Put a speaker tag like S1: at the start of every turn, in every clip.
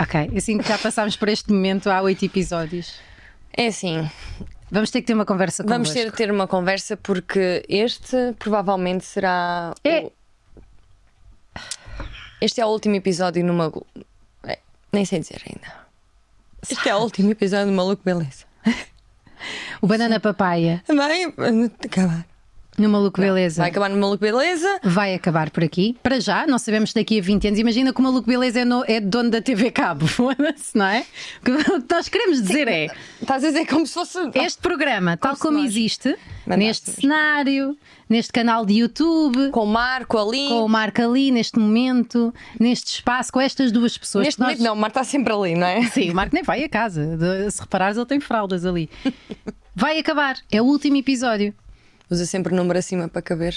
S1: Ok, eu sinto que já passámos por este momento há oito episódios.
S2: É assim,
S1: Vamos ter que ter uma conversa com
S2: vamos ter, ter uma conversa porque este provavelmente será. o-
S1: É.
S2: Este é o último episódio no Maluco. É, Nem sei dizer ainda. Este é o último episódio do Maluco Beleza.
S1: O Banana Papaya
S2: Vai acabar.
S1: no Maluco Beleza vai...
S2: Vai acabar no Maluco Beleza.
S1: acabar por aqui. Para já, não sabemos se daqui a 20 anos. Imagina que o Maluco Beleza é, no- é dono da TV Cabo, foda-se, não é? O que- O que nós queremos dizer é.
S2: Estás Tá a dizer como se fosse.
S1: Este programa, tal
S2: se
S1: como
S2: nós
S1: existe, neste
S2: mandássemos.
S1: cenário, neste canal de YouTube,
S2: Com o Marco ali.
S1: com o Marco ali, neste momento, neste espaço, com estas duas pessoas.
S2: Neste
S1: que nós-
S2: momento não, o Marco está sempre ali, não é?
S1: Sim, o Marco nem vai a casa. De- Se reparares, ele tem fraldas ali. Vai acabar. É o último episódio.
S2: Usa sempre o número acima para caber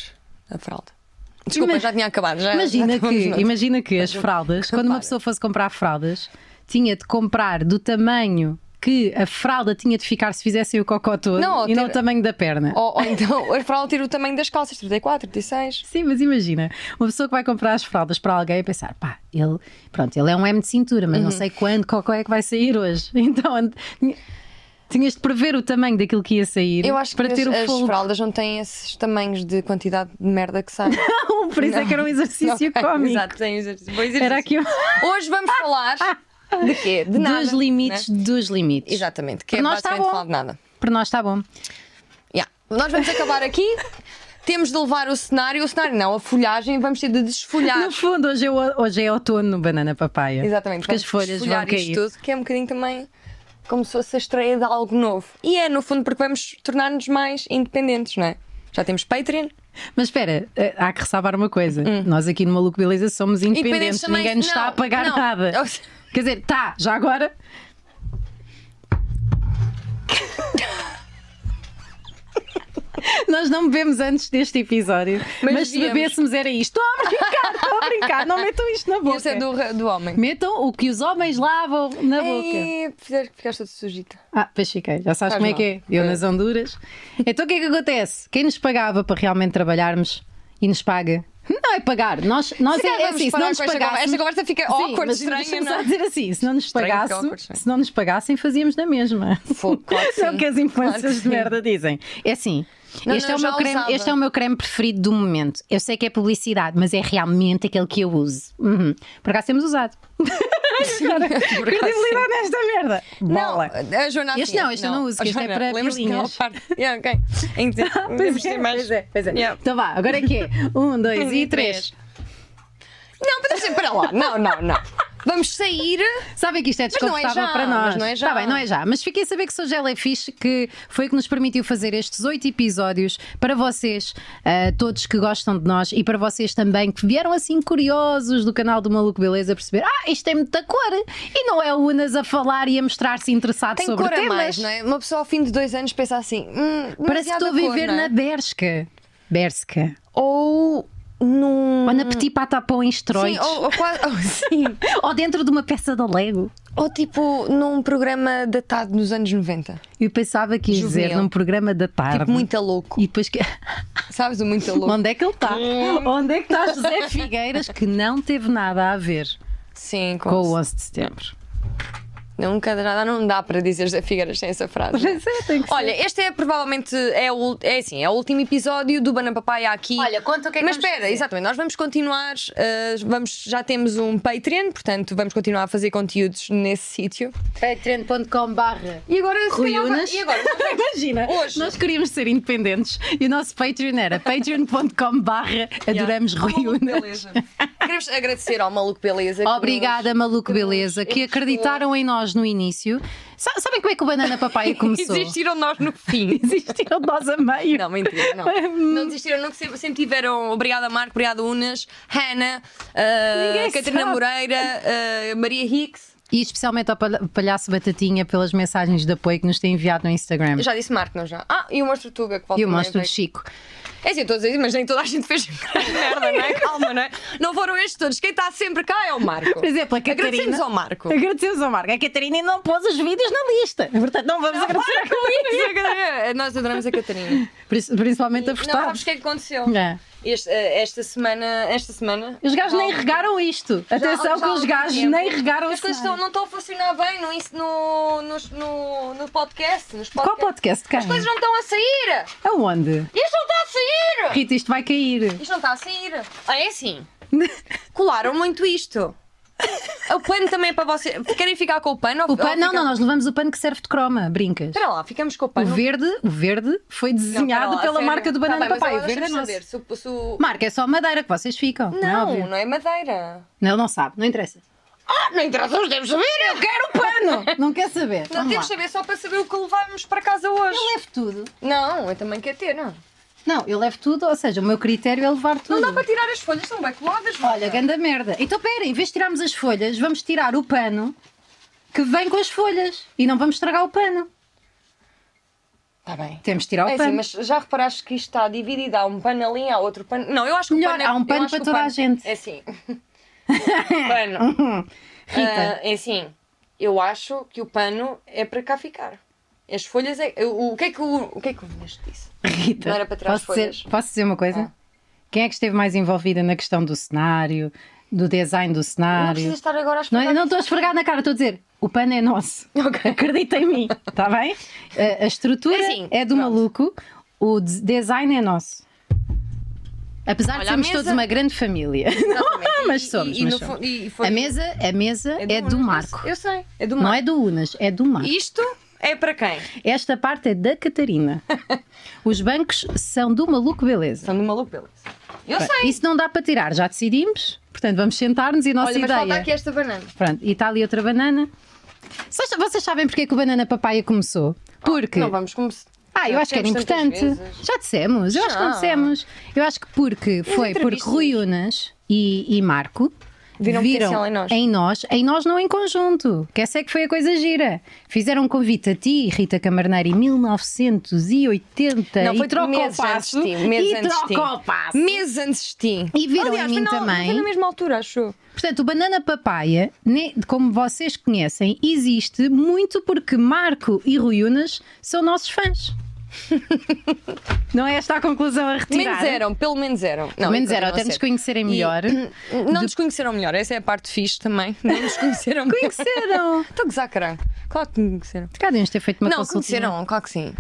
S2: a fralda. Desculpa,
S1: Ima-
S2: já tinha acabado. Já, já
S1: imagina, que,
S2: estávamos noutro.
S1: imagina que as fraldas, quando uma
S2: Repara.
S1: pessoa fosse comprar fraldas, tinha de comprar do tamanho que a fralda tinha de ficar se fizessem o cocó todo
S2: Não, ou
S1: e não
S2: ter-
S1: o tamanho da perna.
S2: Ou, ou então, a fralda tira o tamanho das calças, 34, 36.
S1: Sim, mas imagina, uma pessoa que vai comprar as fraldas para alguém e pensar, pá, ele, pronto, ele é um M de cintura,
S2: Uhum.
S1: mas não sei quando, qual é que vai sair hoje. Então, an- tinha- tinhas de prever o tamanho daquilo que ia sair
S2: Eu acho
S1: para
S2: que
S1: ter
S2: as,
S1: o
S2: as
S1: fogo.
S2: fraldas não têm esses tamanhos de quantidade de merda que saem.
S1: Não, por isso é que era um exercício
S2: Ok,
S1: cómico.
S2: Exato, tem exercício. Bom exercício.
S1: Era aqui um...
S2: Hoje vamos falar de quê? De nada.
S1: dos limites,
S2: né?
S1: dos limites.
S2: Exatamente, que é
S1: Por nós está
S2: basicamente
S1: bom.
S2: falar de nada.
S1: Para nós está bom.
S2: Yeah. Nós vamos acabar aqui. Temos de levar o cenário, o cenário não, a folhagem, vamos ter de desfolhar.
S1: No fundo, hoje é, o- hoje é outono no banana papaya.
S2: Exatamente,
S1: Porque as
S2: vamos
S1: folhas vão
S2: folhear isto
S1: cair.
S2: tudo, que é um bocadinho também como se fosse a estreia de algo novo. E é, no fundo, porque vamos tornar-nos mais independentes, não é? Já temos Patreon.
S1: Mas espera, eh, há que ressalvar uma coisa. Nós aqui no Maluco Beleza somos independentes,
S2: Independentes Hum. também-
S1: ninguém nos
S2: não,
S1: está a pagar
S2: não.
S1: nada.
S2: Ou se-
S1: Quer dizer, tá, já agora. Nós não bebemos antes deste episódio, mas,
S2: Mas
S1: se
S2: viemos.
S1: bebêssemos era isto. Estou a brincar, estou a brincar, não metam isto na boca.
S2: Esse é do, ra- do homem.
S1: Metam o que os homens lavam na boca.
S2: Ei, fizer- ficaste toda sujita.
S1: Ah, pois fiquei, já sabes
S2: Faz
S1: como é
S2: mal.
S1: que é. Eu nas Honduras. Então o que é que acontece? Quem nos pagava para realmente trabalharmos e nos paga? Não é pagar, nós, nós
S2: calhar
S1: é, é
S2: vamos
S1: assim, se
S2: parar
S1: não nos
S2: com esta
S1: pagássemos.
S2: conversa. Esta conversa fica
S1: Sim,
S2: é awkward,
S1: mas deixa-me
S2: estranha,
S1: só
S2: não é?
S1: dizer assim, se não nos
S2: Estranho, fica awkward,
S1: pagassem,
S2: estranho.
S1: se não nos pagassem, fazíamos na mesma.
S2: Fogo, claro que
S1: é o
S2: sim.
S1: que as influências
S2: Claro que
S1: de
S2: sim.
S1: merda dizem. É assim,
S2: Não,
S1: este,
S2: não,
S1: é o
S2: já
S1: meu creme,
S2: usava.
S1: este é o meu creme preferido do momento. Eu sei que é publicidade, mas é realmente aquele que eu uso. Uhum. Por acaso temos usado. Agora, Credibilidade nesta merda. Bola.
S2: Não, a Joana
S1: Este
S2: assim,
S1: não, este eu não uso,
S2: A
S1: que este é
S2: Joana,
S1: para
S2: lembras-te daquela
S1: pilinhas.
S2: parte? Yeah, ok. Entendi. Temos
S1: Pois
S2: de
S1: é,
S2: ter mais-
S1: pois é, pois é.
S2: Yeah.
S1: Então vá, agora é que é. Um, dois e três.
S2: Não, mas deixa- para lá. Não, não, não. Vamos sair.
S1: Sabem que isto é
S2: Mas não é
S1: desconfortável
S2: já,
S1: para nós.
S2: mas não é já.
S1: Tá bem, não é já. Mas fiquei a saber que sou Gela é fixe, que foi o que nos permitiu fazer estes oito episódios para vocês, ah, todos que gostam de nós e para vocês também que vieram assim curiosos do canal do Maluco Beleza a perceber: ah, isto tem muita cor e não é o Unas a falar e a mostrar-se interessado
S2: Tem
S1: sobre
S2: cor a
S1: temas.
S2: mais, não é? Uma pessoa ao fim de dois anos pensa assim. Hum,
S1: Parece que
S2: demasiada
S1: estou a viver
S2: cor, não
S1: na
S2: é?
S1: Bershka. Bershka.
S2: Ou num.
S1: Ou na Petit Patapão em
S2: Hum. Sim,
S1: esteroides.
S2: ou, ou quase. ou sim.
S1: Ou dentro de uma peça da Lego.
S2: Ou tipo num programa datado nos anos Tipo, 90.
S1: Eu pensava que ia dizer
S2: Juvenil.
S1: num programa da tarde.
S2: Tipo, muito a louco.
S1: E depois que.
S2: Sabes o muito a louco?
S1: Onde é que ele está? Onde é que está José Figueiras que não teve nada a ver
S2: Sim,
S1: com
S2: com.
S1: o 11 de setembro?
S2: Nunca dá, não dá para dizer Zé Figueiras sem essa frase. não é?
S1: Pois é, tem que ser.
S2: Olha, este é provavelmente é, o, é assim, é o último episódio do Banana Papaya aqui.
S1: Olha, conta o que é que
S2: Mas
S1: vamos
S2: espera,
S1: fazer.
S2: exatamente, nós vamos continuar, eh, vamos, já temos um Patreon, portanto vamos continuar a fazer conteúdos nesse sítio.
S1: Patreon.com barra.
S2: E agora se
S1: Rui
S2: calhar vai-
S1: Unas.
S2: E agora?
S1: Imagina,
S2: Hoje.
S1: nós queríamos ser independentes e o nosso Patreon era patreon.com barra adoramos Rui
S2: Maluco
S1: Unas.
S2: Beleza. Queremos agradecer ao Maluco Beleza. que
S1: Obrigada, Maluco
S2: que nos
S1: Beleza, que
S2: emprestou.
S1: acreditaram em nós no início. Sa- Sabem como é que o Banana Papaya
S2: nos-
S1: começou?
S2: Existiram nós no fim.
S1: Existiram de nós a meio.
S2: Não, mentira, não. Não desistiram, não, que sempre, sempre tiveram. Obrigada, Marco, obrigada, Unas, Hannah, eh,
S1: Ninguém
S2: Catarina
S1: sabe.
S2: Moreira, eh, Maria Hicks.
S1: E especialmente ao palha- palhaço Batatinha pelas mensagens de apoio que nos tem enviado no Instagram.
S2: Eu já disse Marco, não já? Ah, e o Monstro Tuga que volta
S1: E o
S2: e meia
S1: monstro do
S2: vem.
S1: Chico.
S2: É assim, eu estou a dizer, mas nem toda a gente fez merda, não é? Calma, não é? Não foram estes todos. Quem está sempre cá é o Marco.
S1: Por exemplo, a Catarina.
S2: Agradecemos ao Marco.
S1: Agradecemos ao Marco. A Catarina ainda não pôs os vídeos na lista. Portanto, não vamos agradecer
S2: é
S1: à Catarina.
S2: Nós adoramos a Catarina.
S1: Principalmente a
S2: Não sabes
S1: Furtado.
S2: o que é que aconteceu.
S1: É.
S2: este- eh, esta semana. Esta semana.
S1: Os gajos
S2: já
S1: nem
S2: há-
S1: regaram isto.
S2: já há-
S1: Atenção
S2: já
S1: que os
S2: há algum
S1: gajos
S2: tempo.
S1: nem regaram
S2: As
S1: isto.
S2: coisas estão- não estão a funcionar bem no, ins- no, nos- no, no podcast. Nos
S1: Qual
S2: podcasts.
S1: podcast,
S2: As coisas
S1: quem?
S2: não estão a sair!
S1: Aonde?
S2: Isto não está a sair!
S1: Rita, isto vai cair.
S2: Isto não está a sair! Ah, é assim. Colaram muito isto. O pano também é para vocês. Querem ficar com o pano? ou-
S1: O
S2: ou
S1: pano, não,
S2: fica-
S1: não, nós levamos o pano que serve de croma, brincas.
S2: Espera lá, ficamos com o
S1: O
S2: pano.
S1: verde, o verde foi
S2: Não, espera
S1: desenhado
S2: lá,
S1: pela
S2: sério.
S1: marca do
S2: Tá
S1: banana
S2: bem, mas
S1: papai. O
S2: agora
S1: verde é
S2: deixa-me
S1: nosso.
S2: saber se o- se o-
S1: Marca é só madeira que vocês ficam. Não, é
S2: Não,
S1: óbvio.
S2: não é madeira.
S1: não, não sabe, não interessa.
S2: Ah, não interessa, nós devemos saber! Eu quero o pano!
S1: Não quer saber.
S2: Não,
S1: Vamos
S2: temos de
S1: lá.
S2: saber só para saber o que levámos para casa hoje.
S1: Eu levo tudo.
S2: Não, eu também quero ter, não.
S1: Não, eu levo tudo, ou seja, o meu critério é levar
S2: Não
S1: tudo.
S2: dá para tirar as folhas, são bem coladas.
S1: Olha, ganda merda. Então pera, em vez de tirarmos as folhas, vamos tirar o pano que vem com as folhas e não vamos estragar o pano.
S2: Está bem.
S1: Temos de tirar o
S2: É assim,
S1: pano.
S2: mas já reparaste que isto está dividido? Há um pano ali, há outro pano. Não, eu acho que
S1: Melhor,
S2: o pano é-
S1: há um
S2: eu
S1: pano
S2: acho
S1: para
S2: que o
S1: toda a
S2: pano-
S1: gente. Uhum.
S2: É assim. pano.
S1: Rita,
S2: Ah, é assim. Eu acho que o pano é para cá ficar. As folhas é. O, o que é que o. O que é que o Inês disse?
S1: Rita,
S2: não era para tirar as
S1: posso, dizer,
S2: folhas. Ah.
S1: posso dizer uma coisa? Quem é que esteve mais envolvida na questão do cenário, do design do
S2: Não
S1: cenário?
S2: precisa estar agora a
S1: Não, é? eu
S2: explicar.
S1: não estou a esfregar na cara, estou a dizer, o pano é nosso.
S2: Ok.
S1: Acredita em mim, está bem? A, a estrutura
S2: É assim,
S1: é do
S2: pronto.
S1: maluco, o des- design é nosso. Apesar
S2: Olha,
S1: de
S2: a
S1: sermos
S2: mesa-
S1: todos uma grande família.
S2: Exatamente.
S1: Mas
S2: E-
S1: somos,
S2: e- e
S1: mas
S2: no
S1: somos.
S2: fundo- e foi-
S1: A mesa, a mesa é, do,
S2: Unas,
S1: Marco.
S2: Eu sei. É do
S1: Não
S2: Marco.
S1: é do Unas, é do Marco.
S2: Isto é para quem?
S1: Esta parte é da Catarina. Os bancos são do maluco beleza.
S2: São do maluco beleza. Eu
S1: Bem,
S2: sei.
S1: Isso não dá para tirar, já decidimos. Portanto, vamos sentar-nos e a nossa
S2: Olha, mas
S1: ideia.
S2: falta aqui esta banana.
S1: Pronto, e está ali outra banana. Vocês vocês sabem porque é que o banana papaya começou? Porque.
S2: Não vamos começar.
S1: Ah, eu
S2: Já
S1: acho que era
S2: dissemos tantas
S1: importante.
S2: vezes.
S1: Já dissemos, eu acho que não
S2: Já.
S1: dissemos. Eu acho que porque foi porque
S2: entrevistas.
S1: Rui Unas e, e Marco
S2: Viram
S1: viram
S2: potencial em nós.
S1: em nós, em nós não em conjunto. Que essa é que foi a coisa gira. Fizeram um convite a ti, Rita Camarneiro, em 1980
S2: Não, foi tipo
S1: e troca o
S2: meses antes
S1: passo.
S2: de ti, meses
S1: E
S2: antes de ti.
S1: troca o passo.
S2: Meses antes de ti.
S1: E viram
S2: Aliás,
S1: em mim
S2: foi na-
S1: também.
S2: Foi na mesma altura, acho.
S1: Portanto, o banana papaya, ne- como vocês conhecem, existe muito porque Marco e Rui Unas são nossos fãs. não é esta a conclusão a retirar?
S2: Menos eram, pelo menos eram. Não,
S1: Pelo menos
S2: eu
S1: era,
S2: continuo
S1: até
S2: a
S1: nos
S2: ser.
S1: conhecerem melhor.
S2: Não nos conheceram melhor, essa é a parte fixe também. Não nos conheceram
S1: é
S2: melhor.
S1: Conheceram.
S2: Estou a gozar, caralho. Claro que me conheceram.
S1: Cá devemos ter feito uma
S2: não,
S1: consulta.
S2: conheceram, claro que sim.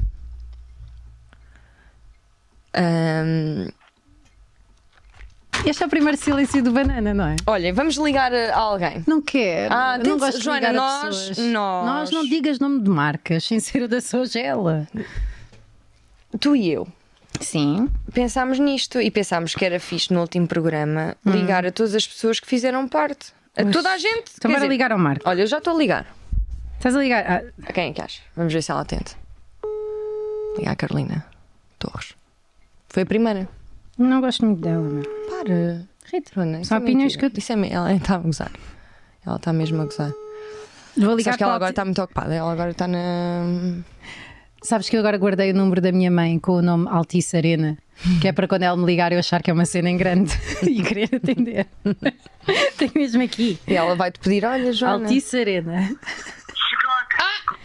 S2: Ahm,
S1: Este é o primeiro silêncio do banana, não é?
S2: olha, vamos ligar a alguém.
S1: Não quero.
S2: Ah,
S1: Eu não
S2: tem-
S1: gosto
S2: Joana,
S1: de ligar a
S2: nós-
S1: pessoas.
S2: nós-
S1: não digas nome de marcas, sem ser o da Sogela.
S2: Tu e eu
S1: Sim.
S2: pensámos nisto e pensámos que era fixe no último programa ligar a todas as pessoas que fizeram parte. A toda a gente.
S1: Então
S2: quer
S1: bora
S2: dizer,
S1: ligar ao Marco.
S2: Olha, eu já estou a ligar.
S1: Estás a ligar? Ah,
S2: A quem é que acha? Vamos ver se ela atende. Liga à Carolina Torres. Foi a primeira.
S1: não gosto muito dela, não. é?
S2: Para.
S1: Rita,
S2: Rona, isso
S1: São
S2: é
S1: opiniões
S2: mentira.
S1: que eu-
S2: Isso é me- Ela está a gozar. Ela está mesmo a gozar.
S1: Vou ligar
S2: Sabes que ela
S1: para
S2: agora
S1: o-
S2: está muito ocupada. Ela agora está na.
S1: Sabes que eu agora guardei o número da minha mãe com o nome Altice Arena, que é para quando ela me ligar eu achar que é uma cena em grande e querer atender. Tenho mesmo aqui.
S2: E ela vai-te pedir: olha, Joana.
S1: Altice Arena. Ah,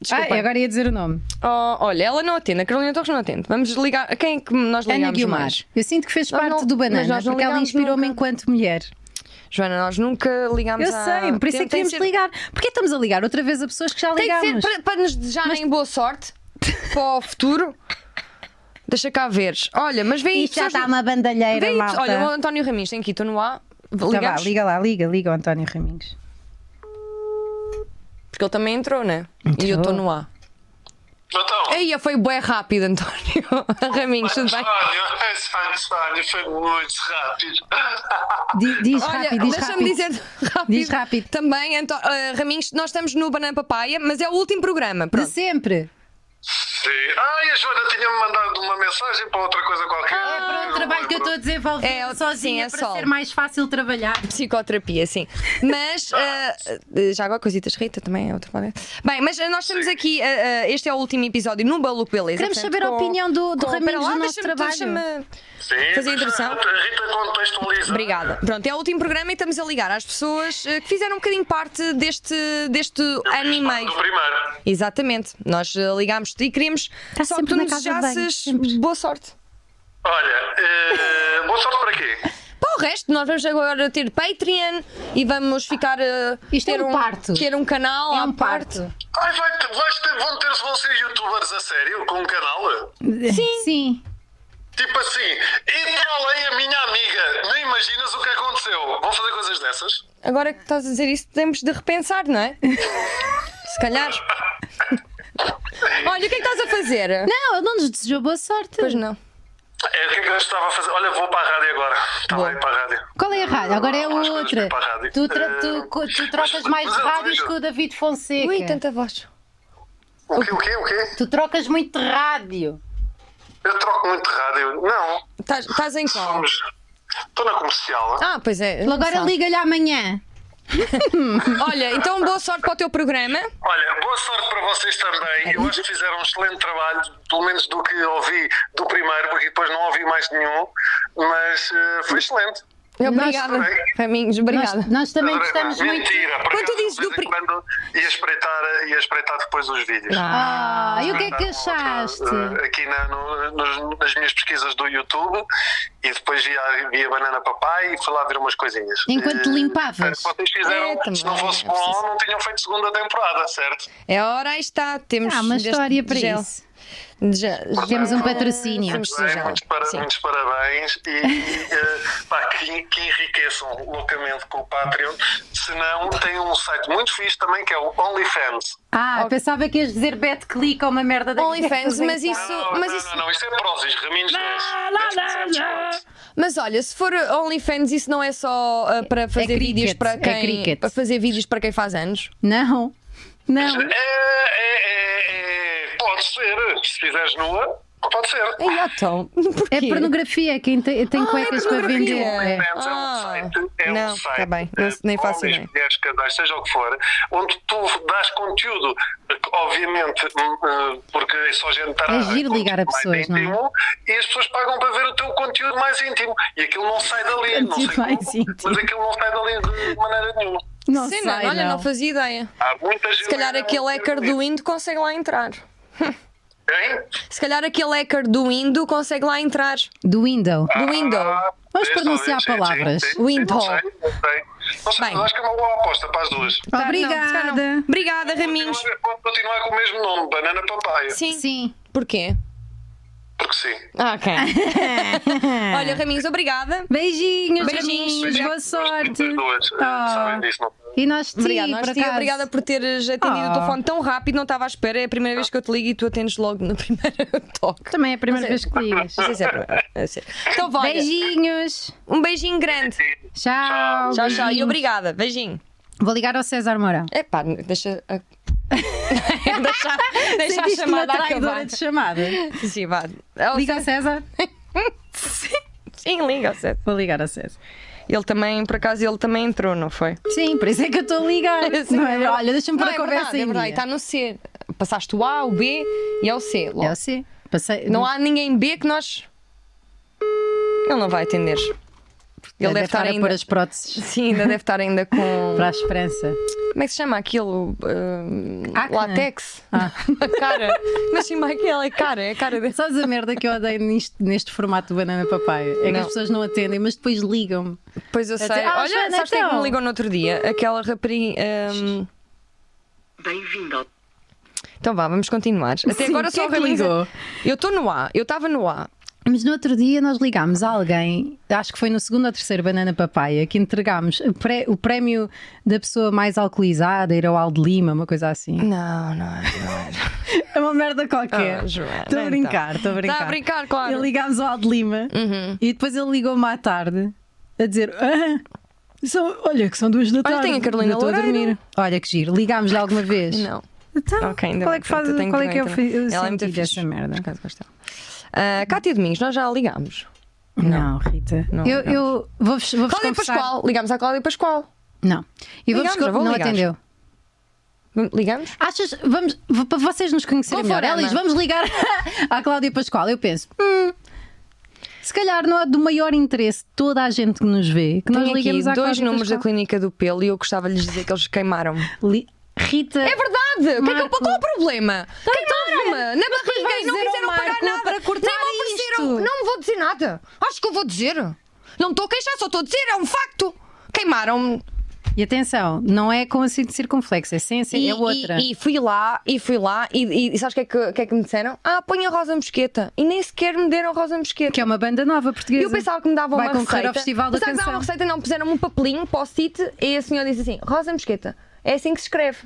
S2: Desculpa.
S1: eu agora ia dizer o nome.
S2: Oh, olha, ela não atende. A Carolina Torres não atende. Vamos ligar. A quem é que nós
S1: Ana
S2: ligamos
S1: Guilmar.
S2: mais?
S1: Eu sinto que fez
S2: Nós
S1: parte
S2: não-
S1: do
S2: mas
S1: Banana,
S2: nós não
S1: porque ela
S2: ligámos
S1: inspirou-me
S2: nunca.
S1: enquanto mulher.
S2: Joana, nós nunca ligámos
S1: Eu
S2: a.
S1: sei, por isso é que
S2: Tem- tem
S1: temos de ligar. Porquê estamos a ligar outra vez a pessoas que já
S2: Tem que
S1: ligámos?
S2: ser para, para nos desejarem boa sorte para o futuro. Deixa cá veres. Olha, mas vem
S1: Isto já
S2: pessoas-
S1: está uma bandalheira,
S2: Vem,
S1: malta.
S2: olha, o António Ramis tem aqui, estou no A.
S1: Tá vá,
S2: Ligamos,
S1: liga lá, liga, liga o António Raminhos.
S2: porque ele também entrou, né? E eu
S1: Entrou.
S2: estou no A.
S3: Então,
S2: Aí foi bué rápido, António Raminhos, tudo bem?
S3: Sónia, Sónia, Sónia, foi muito rápido.
S1: Di- Diz
S2: Olha,
S1: rápido, diz
S2: deixa-me
S1: rápido.
S2: dizer rápido.
S1: Diz rápido.
S2: Também, Anto- eh, Raminhos, nós estamos no Banana Papaya, mas é o último programa.
S1: De
S2: Pronto.
S1: sempre.
S3: Sim. Ah, e a Joana tinha-me mandado uma mensagem para outra coisa qualquer.
S1: É para o trabalho que eu estou a desenvolver
S2: Ah, É, sim,
S1: sozinha
S2: é
S1: para
S2: solo.
S1: ser mais fácil trabalhar.
S2: Psicoterapia, sim. Mas eh, já agora coisitas Rita também é outro planeta. Bem, mas eh, nós estamos aqui. eh, eh, este é o último episódio no Baluco Beleza.
S1: Queremos
S2: portanto,
S1: saber a
S2: com-
S1: opinião do- do
S2: com-
S1: Raminhos
S2: Espera lá,
S1: do nosso
S2: deixa-me-
S1: trabalho.
S2: deixa-me-
S3: Sim,
S2: Fazer
S3: mas
S2: introdução?
S3: A Rita contextualiza.
S2: Obrigada. Pronto, é o último programa e estamos a ligar às pessoas eh, que fizeram um bocadinho parte deste, deste ano e meio.
S3: Do primeiro.
S2: Exatamente. Nós eh, ligámos-te e queríamos
S1: Está
S2: só que
S1: Tá sempre
S2: tu
S1: na
S2: nos
S1: casa de banho,
S2: desejasses
S1: sempre.
S2: boa sorte.
S3: Olha, eh, boa sorte para quê?
S2: Para o resto, nós vamos agora ter Patreon e vamos ficar. eh,
S1: Isto é
S2: ter
S1: um parto.
S2: Ter um canal
S1: É
S2: à
S1: um
S2: parte.
S1: parto.
S3: Ai, vai ter, vais ter, vão ter-se vão ser youtubers a sério com um canal?
S1: Sim. Sim.
S3: Tipo assim, e trolei a minha amiga, nem imaginas o que aconteceu. Vão fazer coisas dessas?
S2: Agora que estás a dizer isso, temos de repensar, não é? Se calhar. Olha, o que é que estás a fazer?
S1: Não, ele não nos desejou boa sorte.
S2: Pois não.
S3: É, o que é que eu estava a fazer? Olha, vou para a rádio agora. Está
S2: Boa.
S3: bem, para a rádio.
S1: Qual é a rádio? Agora é
S3: Acho que vamos
S1: outra.
S3: ir para a rádio.
S1: Tu, tra-
S3: Eh,
S1: tu, co- tu trocas
S3: mas-
S1: mais
S3: mas
S1: de
S3: eu
S1: rádios
S3: digo-
S1: que o David Fonseca.
S2: Ui, tanta voz.
S3: O quê, o quê, o quê?
S1: Tu trocas muito de rádio.
S3: Eu troco muito de rádio. Não,
S2: Estás- Estás em qual?
S3: vamos. Estou na comercial.
S2: Ah, pois é. não
S1: Agora
S2: sabe.
S1: liga-lhe amanhã.
S2: Olha, então boa sorte para o teu programa.
S3: Olha, boa sorte para vocês também. Eu acho que fizeram um excelente trabalho, pelo menos do que ouvi do primeiro, porque depois não ouvi mais nenhum, mas eh, foi excelente.
S2: Obrigada.
S3: Nós-
S2: Raminhos, obrigada.
S1: Nós, nós também
S3: Adorei.
S1: gostamos muito.
S3: é Mentira, por
S2: Quando tu
S3: acaso, de
S2: dizes
S3: vez
S2: do
S3: em
S2: pri-
S3: quando ia espreitar, eh, ia espreitar depois os vídeos.
S1: Ah, e o que é que
S3: Espreitar
S1: achaste?
S3: outra, eh, Aqui na- no- nos- nas minhas pesquisas do YouTube e depois ia, via Banana Papai e fui lá ver umas coisinhas.
S1: Enquanto te
S3: Eh,
S1: limpavas.
S3: Vocês fizeram,
S2: É, também,
S3: se não fosse
S2: é preciso.
S3: bom, não tinham feito segunda temporada, certo?
S2: É hora, aí está. Temos
S1: Há Ah, uma
S2: deste
S1: história para
S2: gel.
S1: isso.
S2: Já-
S1: Temos um
S2: já-
S1: patrocínio.
S2: Temos
S3: Bem,
S2: já-
S3: é? muitos, para-
S2: sim.
S3: muitos parabéns e eh, pá, que, que enriqueçam loucamente com o Patreon. Se não, tem um site muito fixe também que é o OnlyFans.
S1: Ah, pensava que ias dizer bet click ou uma merda da
S2: OnlyFans, mas isso.
S3: Não,
S2: mas
S3: não,
S2: isso-
S3: não, não, isso é prósis, raminhos 10. é
S2: Mas olha, se for OnlyFans, isso não é só ah, para fazer
S1: cricket,
S2: vídeos
S1: é
S2: para quem.
S1: cricket.
S2: para fazer vídeos para quem faz anos.
S1: Não, não.
S3: É, é, é, pode ser, se fizeres nua, pode ser.
S2: Ai, então. Porquê?
S1: É pornografia, quem tem, tem
S2: Ah, é
S1: cuecas para
S2: pornografia.
S1: vender. é.
S3: Fans um é um
S2: Ah,
S3: site, é
S2: não,
S3: um site
S2: tá bem, não-
S3: eh,
S2: nem faço
S3: homens,
S2: ideia.
S3: mulheres, casais, seja o que for, onde tu dás conteúdo, eh, que, obviamente, hum, eh, porque é só gente tarada,
S1: É giro
S3: conteúdo
S1: ligar a
S3: mais
S1: pessoas, não é?
S3: íntimo, E as pessoas pagam para ver o teu conteúdo mais íntimo e aquilo não sai dali, não sei
S1: Conteúdo mais
S3: como,
S1: íntimo.
S3: mas aquilo não sai dali de maneira nenhuma.
S1: Não
S2: Sim,
S1: sei,
S2: não,
S1: não,
S2: olha, não. fazia ideia.
S3: Há muita gente.
S2: Se calhar aquele hacker do Indo consegue lá entrar.
S3: Hein?
S2: Se calhar aquele hacker do Indo consegue lá entrar.
S1: Do window.
S2: Do Window.
S3: Ah,
S1: Vamos
S3: talvez,
S1: pronunciar
S3: talvez, sim,
S1: palavras.
S3: sim, sim,
S2: Window.
S3: Não sei, não sei. Não sei,
S2: Bem.
S3: mas acho que é uma boa aposta para as duas.
S2: Tá, não, se calhar
S1: Obrigada.
S2: não. Obrigada, Raminhos.
S3: Continuar, pode continuar com o mesmo nome, Banana Papaya.
S2: Sim.
S1: Sim.
S2: Porquê?
S3: Porque sim.
S2: Ah, ok. olha, Raminhos, obrigada.
S1: Beijinhos,
S2: Beijinhos.
S1: Beijinhos. Boa sorte.
S3: Duas, eh,
S1: Ah.
S3: sabem disso, não?
S1: E nós te
S2: Tá. Obrigada, nós
S1: por
S2: te-
S1: acaso.
S2: obrigada por teres atendido
S1: Ah.
S2: o telefone tão rápido, não estava à espera. É a primeira vez que eu te ligo e tu atendes logo no primeiro toque.
S1: Também é a primeira
S2: Mas é-
S1: vez que ligas.
S2: Não sei se é a primeira, é sério. Então, vá, olha,
S1: Beijinhos.
S2: um beijinho grande.
S1: Tchau.
S2: Tchau, tchau. E
S1: beijinhos.
S2: obrigada. Beijinho.
S1: Vou ligar ao César Mourão.
S2: Epá, deixa. a- deixa, deixa a
S1: Sentiste uma
S2: É chamada
S1: traidora
S2: acabar.
S1: de chamada.
S2: Sim, vá. É o
S1: Liga ao
S2: César.
S1: César.
S2: Sim, liga, certo.
S1: Vou ligar ao César.
S2: Ele também, por acaso, ele também entrou, não foi?
S1: Sim, por isso é que eu estou a ligar.
S2: Sim,
S1: Não
S2: é
S1: é?
S2: verdade.
S1: Olha, deixa-me pôr
S2: Não,
S1: a
S2: é
S1: conversa
S2: verdade, é
S1: em
S2: verdade,
S1: dia.
S2: Está no C. Passaste o A, o B e é o C. logo.
S1: É o C. Passei...
S2: Não há ninguém B que nós. Ele não vai atender. Ele deve, estar
S1: a
S2: ainda.
S1: pôr as próteses
S2: Sim, ainda deve estar ainda com.
S1: para a esperança.
S2: Como é que se chama aquilo? Ah,
S1: Acne.
S2: Látex?
S1: Ah.
S2: A cara. Mas sim, aquela é cara, é a cara dele.
S1: Sabes a merda que eu odeio nisto- neste formato do Banana Papai? É que
S2: Não.
S1: as pessoas não atendem, mas depois ligam-me.
S2: Pois eu sei.
S1: dizer, ah,
S2: Olha,
S1: Joana,
S2: sabes quem é que
S1: então?
S2: me ligou no outro dia? Aquela rapariga. ah,
S4: Bem-vindo ao
S2: Então vá, vamos continuar. Até
S1: Sim,
S2: agora
S1: quem é
S2: só
S1: que
S2: realiza-
S1: ligou?
S2: Eu estou no A, eu estava no A.
S1: Mas no outro dia nós ligámos a alguém, acho que foi no segundo ou terceiro Banana Papaya, que entregámos o pré- o prémio da pessoa mais alcoolizada, era o Aldo Lima, uma coisa assim.
S2: Não, não, não.
S1: É uma merda qualquer.
S2: Uhum. Ah, Joana,
S1: Estou a
S2: então.
S1: brincar, estou a brincar.
S2: Tá a brincar, claro. Uhum.
S1: E ligámos ao Aldo Lima e depois ele ligou-me à tarde a dizer: "Ah, são- Olha, que são duas da tarde.
S2: tem a Carolina
S1: eu estou a
S2: Loureiro.
S1: dormir. Olha, que giro. Ligámos-lhe alguma vez?
S2: Não.
S1: Então,
S2: Ok, ainda
S1: qual
S2: bem,
S1: é que faz?
S2: pronto, eu tenho
S1: Qual é
S2: que
S1: que é o
S2: também,
S1: fi-
S2: também.
S1: o
S2: Ela é muito
S1: sentido desta
S2: fixe.
S1: merda?
S2: Por acaso gosto dela. Ah, Cátia Domingos, nós já ligámos.
S1: Não, é Rita.
S2: Não
S1: eu
S2: ligamos.
S1: eu vou-vos vou
S2: Cláudia
S1: confessar.
S2: Pascoal, ligámos à Cláudia Pascoal.
S1: Não. E vou-vos
S2: Ligamos,
S1: co-
S2: eu vou
S1: não
S2: ligar.
S1: atendeu.
S2: Ligamos?
S1: Achas, vamos, v- para vocês nos conhecerem melhor,
S2: Conforama.
S1: Elis, vamos ligar à Cláudia Pascoal. Eu penso, hum, se calhar não é do maior interesse de toda a gente que nos vê que nós
S2: Tenho aqui
S1: ligamos à
S2: dois
S1: Cláudia
S2: números da
S1: Pascoal.
S2: clínica do pelo e eu gostava de lhes dizer que eles queimaram-me.
S1: Li- Rita.
S2: É verdade! O que é que eu-
S1: Marco. Tá,
S2: qual o problema? Queimaram-me! Na
S1: vais
S2: barriga e não
S1: dizer ao
S2: quiseram pagar
S1: Marco
S2: nada
S1: para cortar
S2: Nem me ofereceram Não, não vou dizer nada. Acho que eu vou dizer. Não estou a queixar, só estou a dizer, é um facto. Queimaram-me.
S1: E atenção, não é com o cinto circunflexo, é sem, sem-
S2: E,
S1: é outra.
S2: E, e fui lá, e fui lá, e, e sabes o que, é que, o que é que me disseram? Ah, põe a Rosa Mosqueta. E nem sequer me deram a Rosa Mosqueta.
S1: Que é uma banda nova portuguesa.
S2: E eu pensava que me davam
S1: Vai
S2: uma
S1: concorrer
S2: receita.
S1: ao Festival da
S2: pensava que me davam
S1: Canção.
S2: uma receita, não, puseram-me um papelinho, post-it, e a senhora disse assim: Rosa Mosqueta, é assim que se escreve.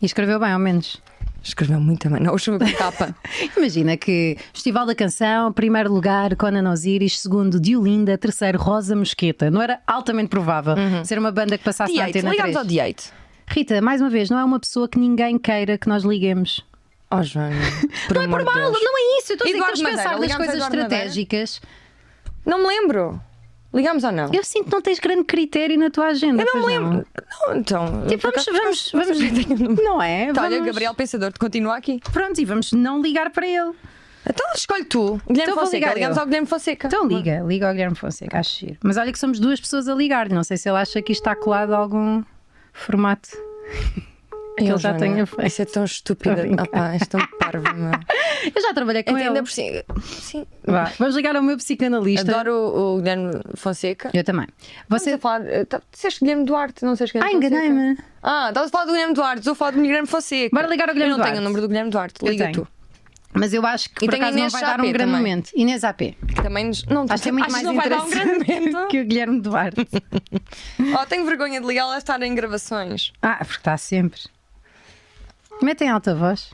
S1: E escreveu bem, ao menos.
S2: Escreveu muito bem, não, escreveu com capa.
S1: Imagina que Festival da Canção, primeiro lugar, Conan Osiris, segundo, Diolinda, terceiro, Rosa Mosqueta. Não era altamente provável ser uma banda que passasse na
S2: D8,
S1: antena 3.
S2: ligámos ao D8.
S1: Rita, mais uma vez, não é uma pessoa que ninguém queira que nós liguemos.
S2: Oh, Joana,
S1: Não é por mal, não é isso. Eu estou a dizer que temos
S2: Eduardo
S1: de
S2: Madeira,
S1: pensar nas
S2: ligamos a
S1: coisas
S2: Eduardo Madeira?
S1: estratégicas.
S2: Não me lembro. Ligámos ou não?
S1: Eu sinto que não tens grande critério na tua agenda.
S2: Eu não me
S1: pois
S2: lembro. Não, então.
S1: Tipo,
S2: por
S1: vamos,
S2: acaso-
S1: vamos,
S2: por acaso-
S1: vamos.
S2: tenho o número.
S1: Não é?
S2: Então, Olha,
S1: Vamos-
S2: Gabriel Pensador, te continua aqui.
S1: Pronto, e vamos não ligar para ele.
S2: Então escolhe tu. Guilherme
S1: Então vou ligar
S2: Fonseca.
S1: eu.
S2: Ligamos ao Guilherme Fonseca.
S1: Então liga, liga ao Guilherme Fonseca, acho giro. Mas olha que somos duas pessoas a ligar-lhe, não sei se ele acha que isto está colado a algum formato.
S2: Eu,
S1: ele já
S2: Joana,
S1: tenha feito.
S2: Isso é tão estúpido.
S1: Tô a brincar.
S2: Ah, pá, és tão parvo, meu.
S1: Então Eu já trabalhei com
S2: É que
S1: ele.
S2: Ainda por cima. Sim.
S1: Vá, vamos ligar ao meu psicanalista.
S2: Adoro o, o Guilherme Fonseca.
S1: Eu também.
S2: Você
S1: Você.
S2: a falar. eh, tá- Disseste Guilherme Duarte, não sei se
S1: Ah, enganei-me.
S2: Ah, estavas a falar do Guilherme Duarte, estou a falar do Guilherme Fonseca.
S1: Bora ligar ao Guilherme
S2: Eu não tenho
S1: Duarte.
S2: o número do Guilherme Duarte,
S1: Eu
S2: liga
S1: tenho.
S2: tu.
S1: Mas eu acho que
S2: E
S1: por
S2: tenho
S1: acaso
S2: Inês
S1: não vai dar um
S2: Sapé
S1: grande
S2: também.
S1: momento. Inês AP.
S2: Que também nos. Não,
S1: Acho que é muito mais
S2: não vai dar um grande
S1: interessante
S2: momento.
S1: que o Guilherme Duarte.
S2: Oh, tenho vergonha de ligá-la a estar em gravações.
S1: Ah, porque está sempre. Metem alta voz.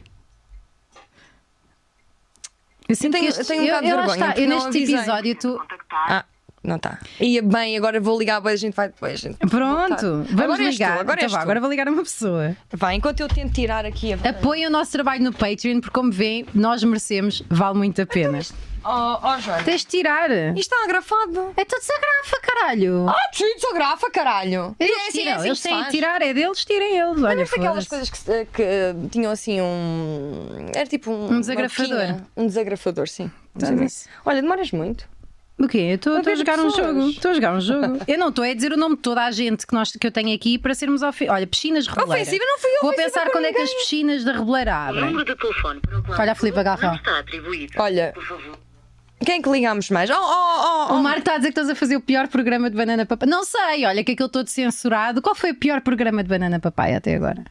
S1: Eu sinto
S2: tenho-
S1: que
S2: eu
S1: este,
S2: tenho um bocado de
S1: lá
S2: vergonha,
S1: está,
S2: porque
S1: eu
S2: não
S1: neste
S2: avisei.
S1: episódio tu,
S4: Contactar.
S2: Ah, não está. E bem, agora vou ligar, depois a gente vai depois. gente.
S1: Pronto,
S2: Voltar.
S1: vamos
S2: Agora és tu,
S1: ligar.
S2: agora
S1: Então
S2: és
S1: vá,
S2: tu.
S1: agora vou ligar a uma pessoa.
S2: Vai, enquanto eu tento tirar aqui a.
S1: Apoiem o nosso trabalho no Patreon, porque como vêem, nós merecemos, vale muito a pena.
S2: Oh, oh Jorge.
S1: Então, Tens de tirar.
S2: Isto está agrafado.
S1: É tudo desagrafa, caralho.
S2: Ah, tu desagrafa, caralho.
S1: Eles
S2: E é assim- é
S1: tiram,
S2: assim
S1: eles
S2: que se
S1: têm de
S2: faz.
S1: tirar, é deles, tirem eles. Olha,
S2: Lembras daquelas
S1: foda-se.
S2: coisas que, se- que tinham assim um. Era tipo um. uma
S1: desagrafador.
S2: boquinha. Um desagrafador, sim.
S1: Tá
S2: Sim.
S1: nisso.
S2: Olha, demoras muito.
S1: O quê? Eu estou
S2: A
S1: estou a
S2: ver
S1: jogar um
S2: pessoas.
S1: jogo. Estou a jogar um jogo. Eu não estou a dizer o nome de toda a gente que, nós, que eu tenho aqui para sermos ofensivos. Olha, piscinas reboleira.
S2: Ofensiva, não fui
S1: Vou
S2: ofensiva
S1: pensar
S2: para
S1: quando é que as
S2: ninguém.
S1: piscinas da reboleira abrem.
S4: Número de telefone um para o qual
S1: Olha a Filipe Agarrão.
S4: não está atribuído.
S2: Olha.
S4: Por favor.
S2: Quem é que ligámos mais? Oh, oh, oh,
S1: O
S2: oh.
S1: Marco está a dizer que estás a fazer o pior programa de banana papai. Não sei, olha que aquele todo censurado. Qual foi o pior programa de banana papai até agora?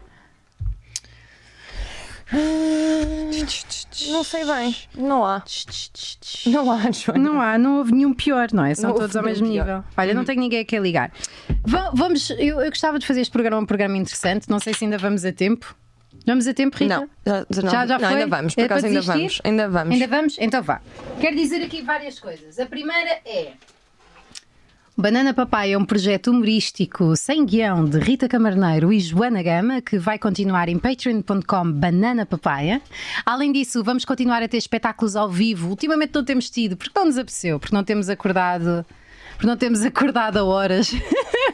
S2: Não sei bem. Não há. Não há, Joana.
S1: Não há, não houve nenhum pior, não é? São
S2: Não
S1: todos
S2: houve
S1: ao mesmo
S2: nenhum pior. Hum.
S1: nível. Olha, não tenho ninguém a quem ligar. Va- Vamos, eu, eu gostava de fazer este programa um programa interessante. Não sei se ainda vamos a tempo. Vamos a tempo, Rita?
S2: Não, já, já não.
S1: Já, já
S2: não,
S1: foi?
S2: ainda vamos, por
S1: É
S2: acaso
S1: para
S2: ainda
S1: desistir?
S2: vamos. Ainda vamos.
S1: Ainda vamos? Então vá. Quero dizer aqui várias coisas. A primeira é. Banana Papai é um projeto humorístico sem guião de Rita Camarneiro e Joana Gama, que vai continuar em patreon.com Banana Papaya. Além disso, vamos continuar a ter espetáculos ao vivo. Ultimamente não temos tido, porque não nos apeteceu, porque não temos acordado. Porque não temos acordado a horas.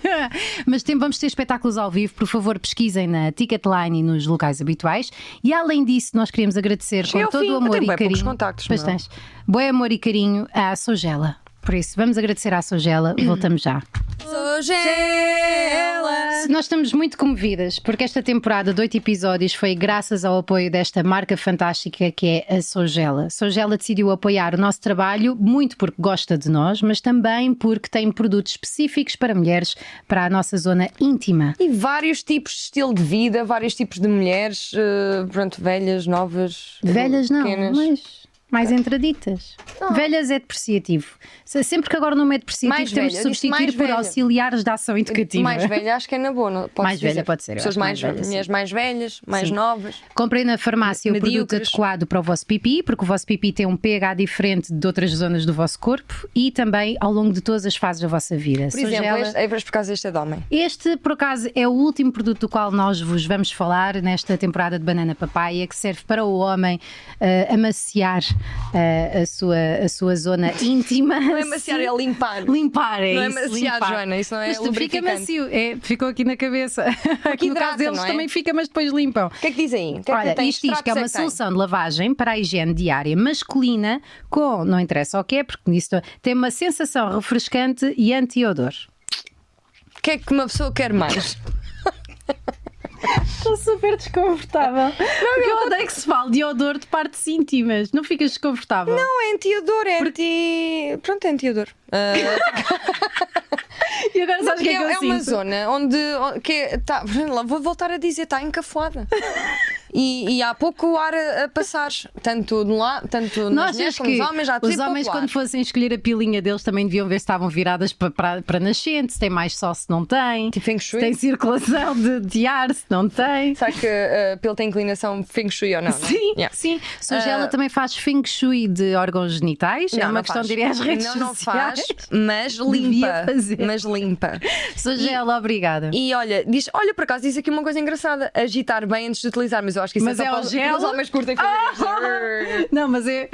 S1: Mas tem- vamos ter espetáculos ao vivo. Por favor, pesquisem na Ticketline e nos locais habituais. E além disso, nós queremos agradecer
S2: Cheguei
S1: com
S2: ao
S1: todo
S2: fim.
S1: o
S2: Eu
S1: amor
S2: tenho
S1: e
S2: bué poucos
S1: carinho.
S2: contactos,
S1: Pois
S2: meu.
S1: tens. Bom amor e carinho à Sogela. Por isso, vamos agradecer à Sogela. Voltamos já.
S2: Sou
S1: é
S2: gela.
S1: Nós estamos muito comovidas porque esta temporada de oito episódios foi graças ao apoio desta marca fantástica que é a Sogela. Sogela decidiu apoiar o nosso trabalho muito porque gosta de nós, mas também porque tem produtos específicos para mulheres para a nossa zona íntima.
S2: E vários tipos de estilo de vida, vários tipos de mulheres, eh, pronto, velhas, novas,
S1: Velhas não,
S2: pequenas. Tá.
S1: mas mais entraditas. Velhas é depreciativo. Se- Sempre que agora não é depreciativo,
S2: Mais
S1: temos
S2: velha,
S1: de
S2: eu disse
S1: substituir
S2: mais
S1: por
S2: velha.
S1: auxiliares da ação educativa.
S2: Mais velha, acho que é na boa. não- pode
S1: Mais velha pode ser, eu
S2: Pessoas
S1: acho
S2: mais,
S1: mais velha,
S2: velhas, mulheres mais velhas, mais
S1: Sim.
S2: novas.
S1: Comprei na farmácia o produto
S2: Medíocres.
S1: adequado para o vosso pipi, porque o vosso pipi tem um pH diferente de outras zonas do vosso corpo e também ao longo de todas as fases da vossa vida.
S2: Por
S1: Sojela-
S2: exemplo, este, é por causa deste é de homem.
S1: este, por acaso, é o último produto do qual nós vos vamos falar nesta temporada de Banana Papaya, que serve para o homem eh, amaciar eh, a, sua, a sua zona íntima.
S2: Não é maciar, é limpar.
S1: Limpar, é
S2: Não é
S1: isso,
S2: maciar,
S1: limpar.
S2: Joana, isso não é
S1: Mas tu fica
S2: lubrificante.
S1: macio, é, ficou aqui na cabeça. Aqui no
S2: hidrata,
S1: caso deles
S2: não é?
S1: também fica, mas depois limpam.
S2: O que é que diz aí? O que é que
S1: Olha,
S2: tem?
S1: isto diz que é uma
S2: Extratos tem?
S1: solução de lavagem para a higiene diária masculina com, não interessa o que é, porque nisto tem uma sensação refrescante e anti-odor.
S2: O que é que uma pessoa quer mais?
S1: Estou super desconfortável. Porque eu odeio que se fale de odor de partes íntimas. Não ficas desconfortável?
S2: Não, é anti-odor, é anti. Pronto, é anti-odor. Ah,
S1: E agora sabes o que
S2: porque
S1: é
S2: é,
S1: que eu
S2: é
S1: sinto?
S2: uma zona onde. onde- Que é- tá, lá vou voltar a dizer, está encafuada. E, e há pouco ar a, a passar, tanto de um lá, tanto nas
S1: Nós
S2: mulheres
S1: achas
S2: né? como
S1: que
S2: nos homens, já
S1: os homens, quando fossem escolher a pilinha deles, também deviam ver se estavam viradas para, para, para nascente, se tem mais sol, se não tem,
S2: Tipo Feng
S1: se
S2: Shui.
S1: tem circulação de, de ar, se não tem.
S2: Será que ah, pelo tem inclinação Feng Shui ou não? não é?
S1: Sim,
S2: Yeah. Ah,
S1: sim. Sugela também faz feng shui de órgãos genitais. é uma questão
S2: faz.
S1: de ir às redes
S2: não, Não
S1: sociais.
S2: faz, mas
S1: Devia
S2: limpa.
S1: fazer.
S2: Mas limpa.
S1: Sugela, obrigada.
S2: E olha, diz, olha, por acaso, diz aqui uma coisa engraçada: agitar bem antes de utilizar, mas eu acho que isso
S1: Mas
S2: é
S1: é
S2: só
S1: o
S2: para os-
S1: gel?
S2: os homens curtem fazer.
S1: Não, mas é.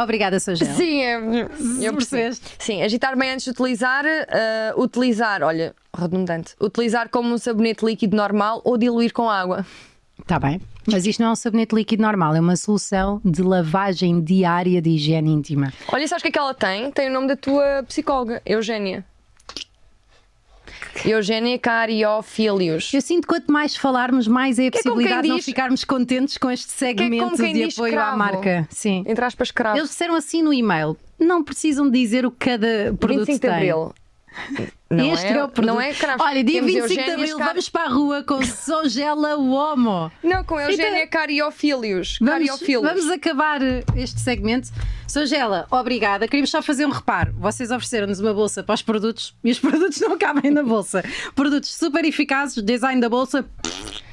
S1: Obrigada, Sugela.
S2: Sim, é, eu percebo.
S1: percebeste?
S2: Sim, agitar bem antes de utilizar, ah, utilizar, olha, redundante, utilizar como um sabonete líquido normal ou diluir com água.
S1: Está Tá bem. Mas isto não é um sabonete líquido normal, é uma solução de lavagem diária de higiene íntima.
S2: Olha, sabes o que é que ela tem? Tem o nome da tua psicóloga, Eugénia. Eugénia Cariofilius.
S1: Eu sinto que quanto mais falarmos, mais é a
S2: Que é como
S1: possibilidade de
S2: quem
S1: não
S2: diz-
S1: ficarmos contentes com este
S2: como
S1: segmento
S2: quem
S1: de
S2: diz
S1: apoio à
S2: cravo.
S1: marca. Sim.
S2: Entre aspas, cravo.
S1: Eles disseram assim no e-mail: não precisam dizer o que cada produto
S2: 25 de
S1: tem.
S2: Abril. Não
S1: este é,
S2: é,
S1: o produto.
S2: Não é cravos.
S1: Olha, dia
S2: Temos
S1: 25 de
S2: Eugénias
S1: abril,
S2: Car-
S1: vamos para a rua com Sogela o Homo.
S2: Não, com Eugénia Cariofilius.
S1: Vamos,
S2: Cariofilius.
S1: vamos acabar eh, este segmento. Sogela, obrigada. Queríamos só fazer um reparo. Vocês ofereceram-nos uma bolsa para os produtos e os produtos não cabem na bolsa. Produtos super eficazes, design da bolsa.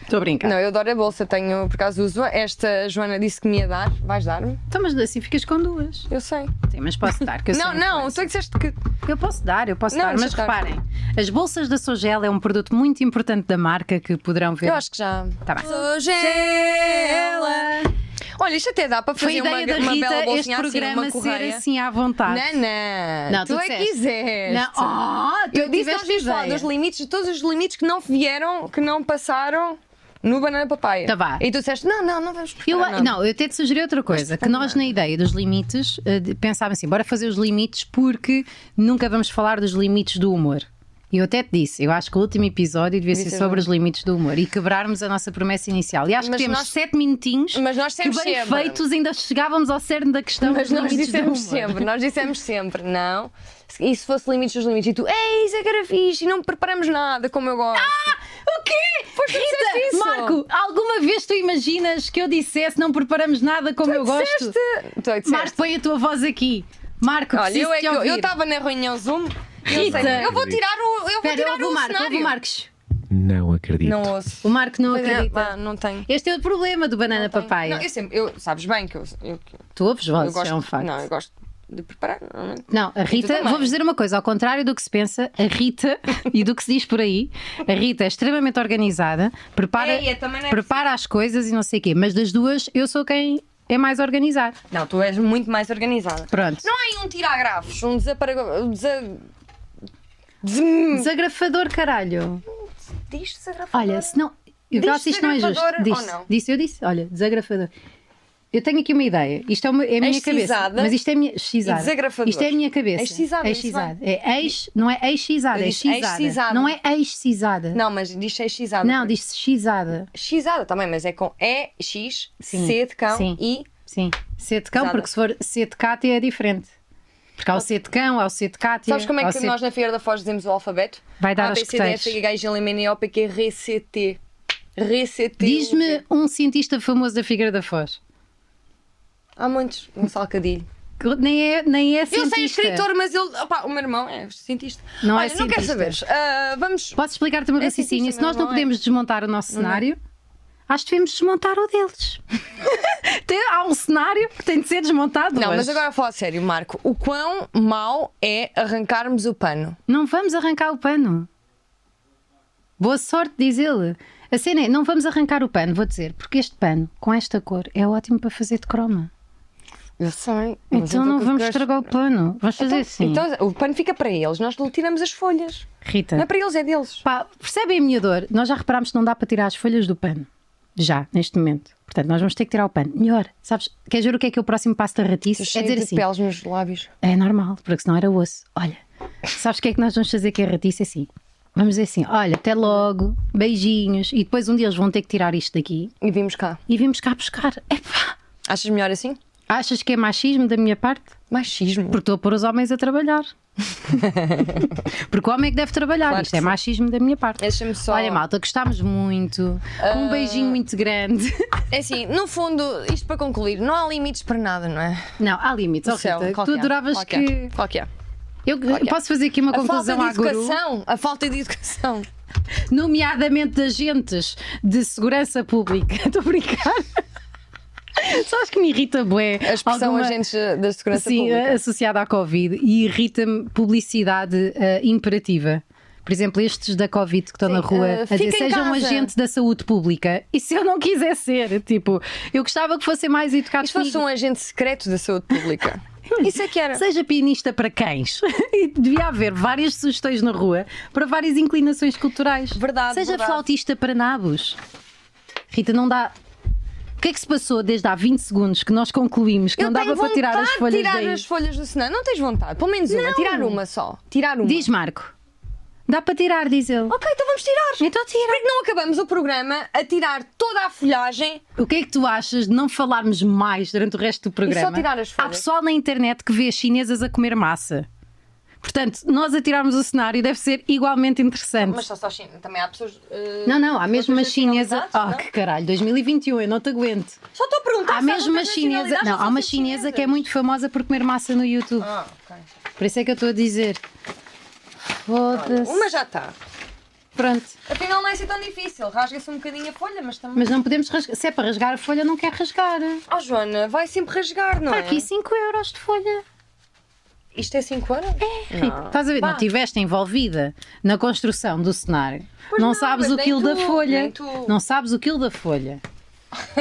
S1: Estou a brincar.
S2: Não, eu adoro a bolsa, tenho, por acaso uso. Esta Joana disse que me ia dar. Vais dar-me?
S1: Então, mas assim ficas com duas.
S2: Eu sei.
S1: Sim, mas posso dar. Que eu
S2: não,
S1: sou
S2: não, tu é que disseste que.
S1: Eu posso dar, eu posso
S2: Não,
S1: dar, mas
S2: deixa estar.
S1: reparem, as bolsas da Sogela é um produto muito importante da marca que poderão ver.
S2: Eu acho que já.
S1: Tá bem.
S2: Sogela. é Olha, isto até dá para
S1: Foi
S2: fazer uma,
S1: ideia da
S2: uma bela
S1: Rita este
S2: bolsinha
S1: programa
S2: assim, uma
S1: ser
S2: correia.
S1: assim à vontade.
S2: Não, não.
S1: Não,
S2: tu,
S1: tu
S2: é que
S1: disseste.
S2: quiseste.
S1: Não, oh, tu
S2: Eu disse nós
S1: tiveste
S2: vimos falar
S1: ideia.
S2: dos limites, de todos os limites que não vieram, que não passaram no banana papaya.
S1: Tá vá.
S2: E tu disseste, não, não, Ah, não tá vamos
S1: Eu, ah,
S2: preparar,
S1: não, eu até te sugeri outra coisa, que nós na ideia dos limites eh, de- pensávamos assim, bora fazer os limites porque nunca vamos falar dos limites do humor. E eu até te disse, eu acho que o último episódio devia ser
S2: ser
S1: sobre os limites do humor e quebrarmos a nossa promessa inicial. E acho
S2: Mas
S1: que temos
S2: nós-
S1: sete minutinhos
S2: Mas nós
S1: que
S2: sempre,
S1: bem
S2: sempre.
S1: feitos ainda chegávamos ao cerne da questão
S2: Mas
S1: dos
S2: nós
S1: limites do humor.
S2: dissemos sempre, nós dissemos sempre, não. E se fosse limites dos limites? E tu, ei, isso é que era fixe, e não preparamos nada como eu gosto.
S1: O quê?
S2: Pois tu disseste
S1: Ah, Rita,
S2: isso.
S1: Marco, alguma vez tu imaginas que eu dissesse não preparamos nada como eu gosto?
S2: Disseste- Tu é que disseste.
S1: Marco, põe a tua voz aqui. Marco,
S2: Olha,
S1: preciso
S2: eu é
S1: te
S2: que eu
S1: ouvir.
S2: eu estava na reunião Zoom. e eu
S1: Rita.
S2: sei, Eu vou tirar o. Eu vou
S1: Espera,
S2: tirar
S1: ouve
S2: o
S1: o Marco, ouve
S2: cenário.
S1: o Marcos.
S5: Não acredito.
S2: Não ouço.
S1: O Marco não
S2: Pois é,
S1: acredita.
S2: pá, não tenho.
S1: Este é o problema do Banana
S2: Não tenho.
S1: Papaya.
S2: Não, eu sempre. Eu, sabes bem que eu. eu,
S1: Tu ouves
S2: eu
S1: vozes,
S2: gosto,
S1: é um facto.
S2: Não,
S1: Não,
S2: eu gosto de preparar, normalmente.
S1: a Rita,
S2: também.
S1: vou-vos dizer uma coisa, ao contrário do que se pensa, a Rita e do que se diz por aí, a Rita é extremamente organizada, prepara,
S2: Ei, eu também não é
S1: prepara as coisas e não sei o quê, mas das duas eu sou quem é mais organizada.
S2: Não, tu és muito mais organizada.
S1: Pronto.
S2: Não há aí um tirar gravos, um desapara. um Desa... Des...
S1: Desagrafador, caralho.
S2: Diz desagrafador.
S1: Olha, se não. Eu acho que isto não é justo.
S2: desagrafador ou
S1: Disse,
S2: não?
S1: disse, eu disse. Olha, desagrafador. Eu tenho aqui uma ideia. Isto é, uma, é a minha cabeça.
S2: Excisada.
S1: Mas isto é a minha. Xizada.
S2: E desagrafador.
S1: Isto é a minha cabeça.
S2: Excisada, isso
S1: Excisada. É ex, não é ex-xizada,
S2: Eu
S1: é
S2: disse
S1: xizada.
S2: excisada.
S1: Não é ex-xizada.
S2: Não, mas diz é xizada.
S1: Não, diz-se xizada.
S2: Xizada também, mas é com E, X,
S1: Sim,
S2: C de cão
S1: sim.
S2: e.
S1: Sim. C de cão,
S2: Xizada.
S1: porque se for C de cátia é diferente. Porque há o C de cão, há o C de cátia.
S2: Sabes como
S1: há
S2: é
S1: o
S2: que
S1: C de-
S2: nós na Feira da Foz dizemos o alfabeto?
S1: Vai dar
S2: A,
S1: aos
S2: B, C, D,
S1: coteiros.
S2: F, G, H, I, L, M, N, O, P, Q, R, C, T. R, C, T.
S1: Diz-me um cientista famoso da Figueira da Foz.
S2: Há muitos. um Gonçalo Cadilho.
S1: Que Nem é, nem é
S2: Eu
S1: cientista.
S2: sei escritor, mas ele. Opá, o meu irmão é cientista.
S1: Não é
S2: Olha, não quero saber.
S1: cientista.
S2: Ah, vamos.
S1: Posso explicar-te o meu
S2: É
S1: raciocínio?
S2: cientista,
S1: Se nós
S2: meu é.
S1: não
S2: irmão
S1: podemos desmontar o nosso cenário, acho que devemos desmontar o deles. Tem- há um cenário que tem de ser desmontado.
S2: Não,
S1: hoje.
S2: mas agora a falar sério, Marco. O quão mau é arrancarmos o pano?
S1: Não vamos arrancar o pano. Boa sorte, diz ele. A cena é: não vamos arrancar o pano, vou dizer, porque este pano, com esta cor, é ótimo para fazer de croma.
S2: Eu sei.
S1: Então não vamos estragar o pano. Vamos fazer assim.
S2: Então o pano fica para eles, nós lhe tiramos as folhas.
S1: Rita.
S2: Não é para eles, é deles.
S1: Pá, percebem a minha dor? Nós já reparámos que não dá para tirar as folhas do pano. Já, neste momento. Portanto, nós vamos ter que tirar o pano. Melhor, sabes? Queres ver o que é que é o próximo passo da ratice? É
S2: Cheio
S1: dizer
S2: de
S1: assim:
S2: peles nos lábios.
S1: é normal, porque senão era osso. Olha, sabes o que é que nós vamos fazer que a ratice? É assim: Vamos dizer assim: olha, até logo, beijinhos, e depois um dia eles vão ter que tirar isto daqui
S2: E vimos cá.
S1: e vimos cá buscar. Epá,
S2: Achas melhor assim?
S1: achas que é machismo da minha parte?
S2: Machismo.
S1: Porque estou a pôr os homens a trabalhar. Porque o homem é que deve trabalhar.
S2: Claro que
S1: Isto é
S2: sim.
S1: machismo da minha parte.
S2: Deixa-me só-
S1: Olha, malta, gostámos muito. Um beijinho muito grande.
S2: É assim, no fundo, isto para concluir, não há limites para nada, não é?
S1: Não, há limites. ó,
S2: No céu,
S1: Rita.
S2: qual
S1: tu
S2: que é?
S1: adoravas
S2: Qual
S1: que.
S2: é? Qual que é?
S1: Eu eu posso fazer aqui uma
S2: A falta
S1: conclusão
S2: de
S1: à guru,
S2: educação. A falta de educação.
S1: nomeadamente de agentes de segurança pública. Estou a brincar. Sabes que me irrita, bué?
S2: A expressão
S1: alguma-
S2: agentes da segurança
S1: Sim,
S2: pública.
S1: associada à Covid e irrita-me publicidade eh, imperativa. Por exemplo, estes da Covid que estão
S2: Sim,
S1: na rua
S2: eh,
S1: a dizer
S2: fica em
S1: sejam um
S2: casa."
S1: agente da saúde pública. E se eu não quiser ser, tipo, eu gostava que fossem mais
S2: E
S1: educados
S2: se fosse
S1: comigo.
S2: um agente secreto da saúde pública? Isso é que era.
S1: Seja pianista para cães. e devia haver várias sugestões na rua para várias inclinações culturais.
S2: Verdade,
S1: Seja
S2: verdade.
S1: flautista para nabos. Rita, não dá. O que é que se passou desde há 20 segundos que nós concluímos que
S2: Eu
S1: não
S2: tenho
S1: dava para tirar
S2: vontade
S1: as folhas
S2: de tirar
S1: daí?
S2: as folhas do cenário. Não tens vontade. Pelo menos uma. Tirar uma só. Tirar uma.
S1: Diz Marco. Dá para tirar, diz ele.
S2: Ok, então vamos tirar.
S1: Então
S2: Por
S1: tira.
S2: que não acabamos o programa a tirar toda a folhagem?
S1: O que é que tu achas de não falarmos mais durante o resto do programa?
S2: tirar as
S1: Há
S2: folhas?
S1: pessoal na internet que vê chinesas a comer massa. Portanto, nós a tirarmos o cenário deve ser igualmente interessante.
S2: Mas só, só China. Também há pessoas. eh,
S1: Não, não, há mesmo uma
S2: outras
S1: chinesa.
S2: nacionalidades,
S1: Ah,
S2: não?
S1: que caralho, 2021, eu não te aguento.
S2: Só estou a perguntar.
S1: Há
S2: se
S1: mesmo uma
S2: outras
S1: chinesa.
S2: nacionalidades
S1: Não,
S2: ou só
S1: há uma
S2: são
S1: chinesa que é
S2: chinesas?
S1: muito famosa por comer massa no YouTube.
S2: Ah, ok.
S1: Por isso é que eu estou a dizer. Foda-se.
S2: Uma já está.
S1: Pronto.
S2: Afinal, não é assim tão difícil. Rasga-se um bocadinho a folha, mas também.
S1: Mas não podemos rasgar. Se é para rasgar a folha, não quer rasgar.
S2: Oh, Joana, vai sempre rasgar, não
S1: Está
S2: é?
S1: aqui 5 euros de folha.
S2: Isto é 5 euros? É.
S1: Rita, estás a ver? Não
S2: Pá.
S1: estiveste envolvida na construção do cenário.
S2: Pois
S1: Não,
S2: não,
S1: sabes
S2: mas
S1: o
S2: nem
S1: quilo da
S2: tu,
S1: folha.
S2: nem tu.
S1: Não sabes o quilo da folha.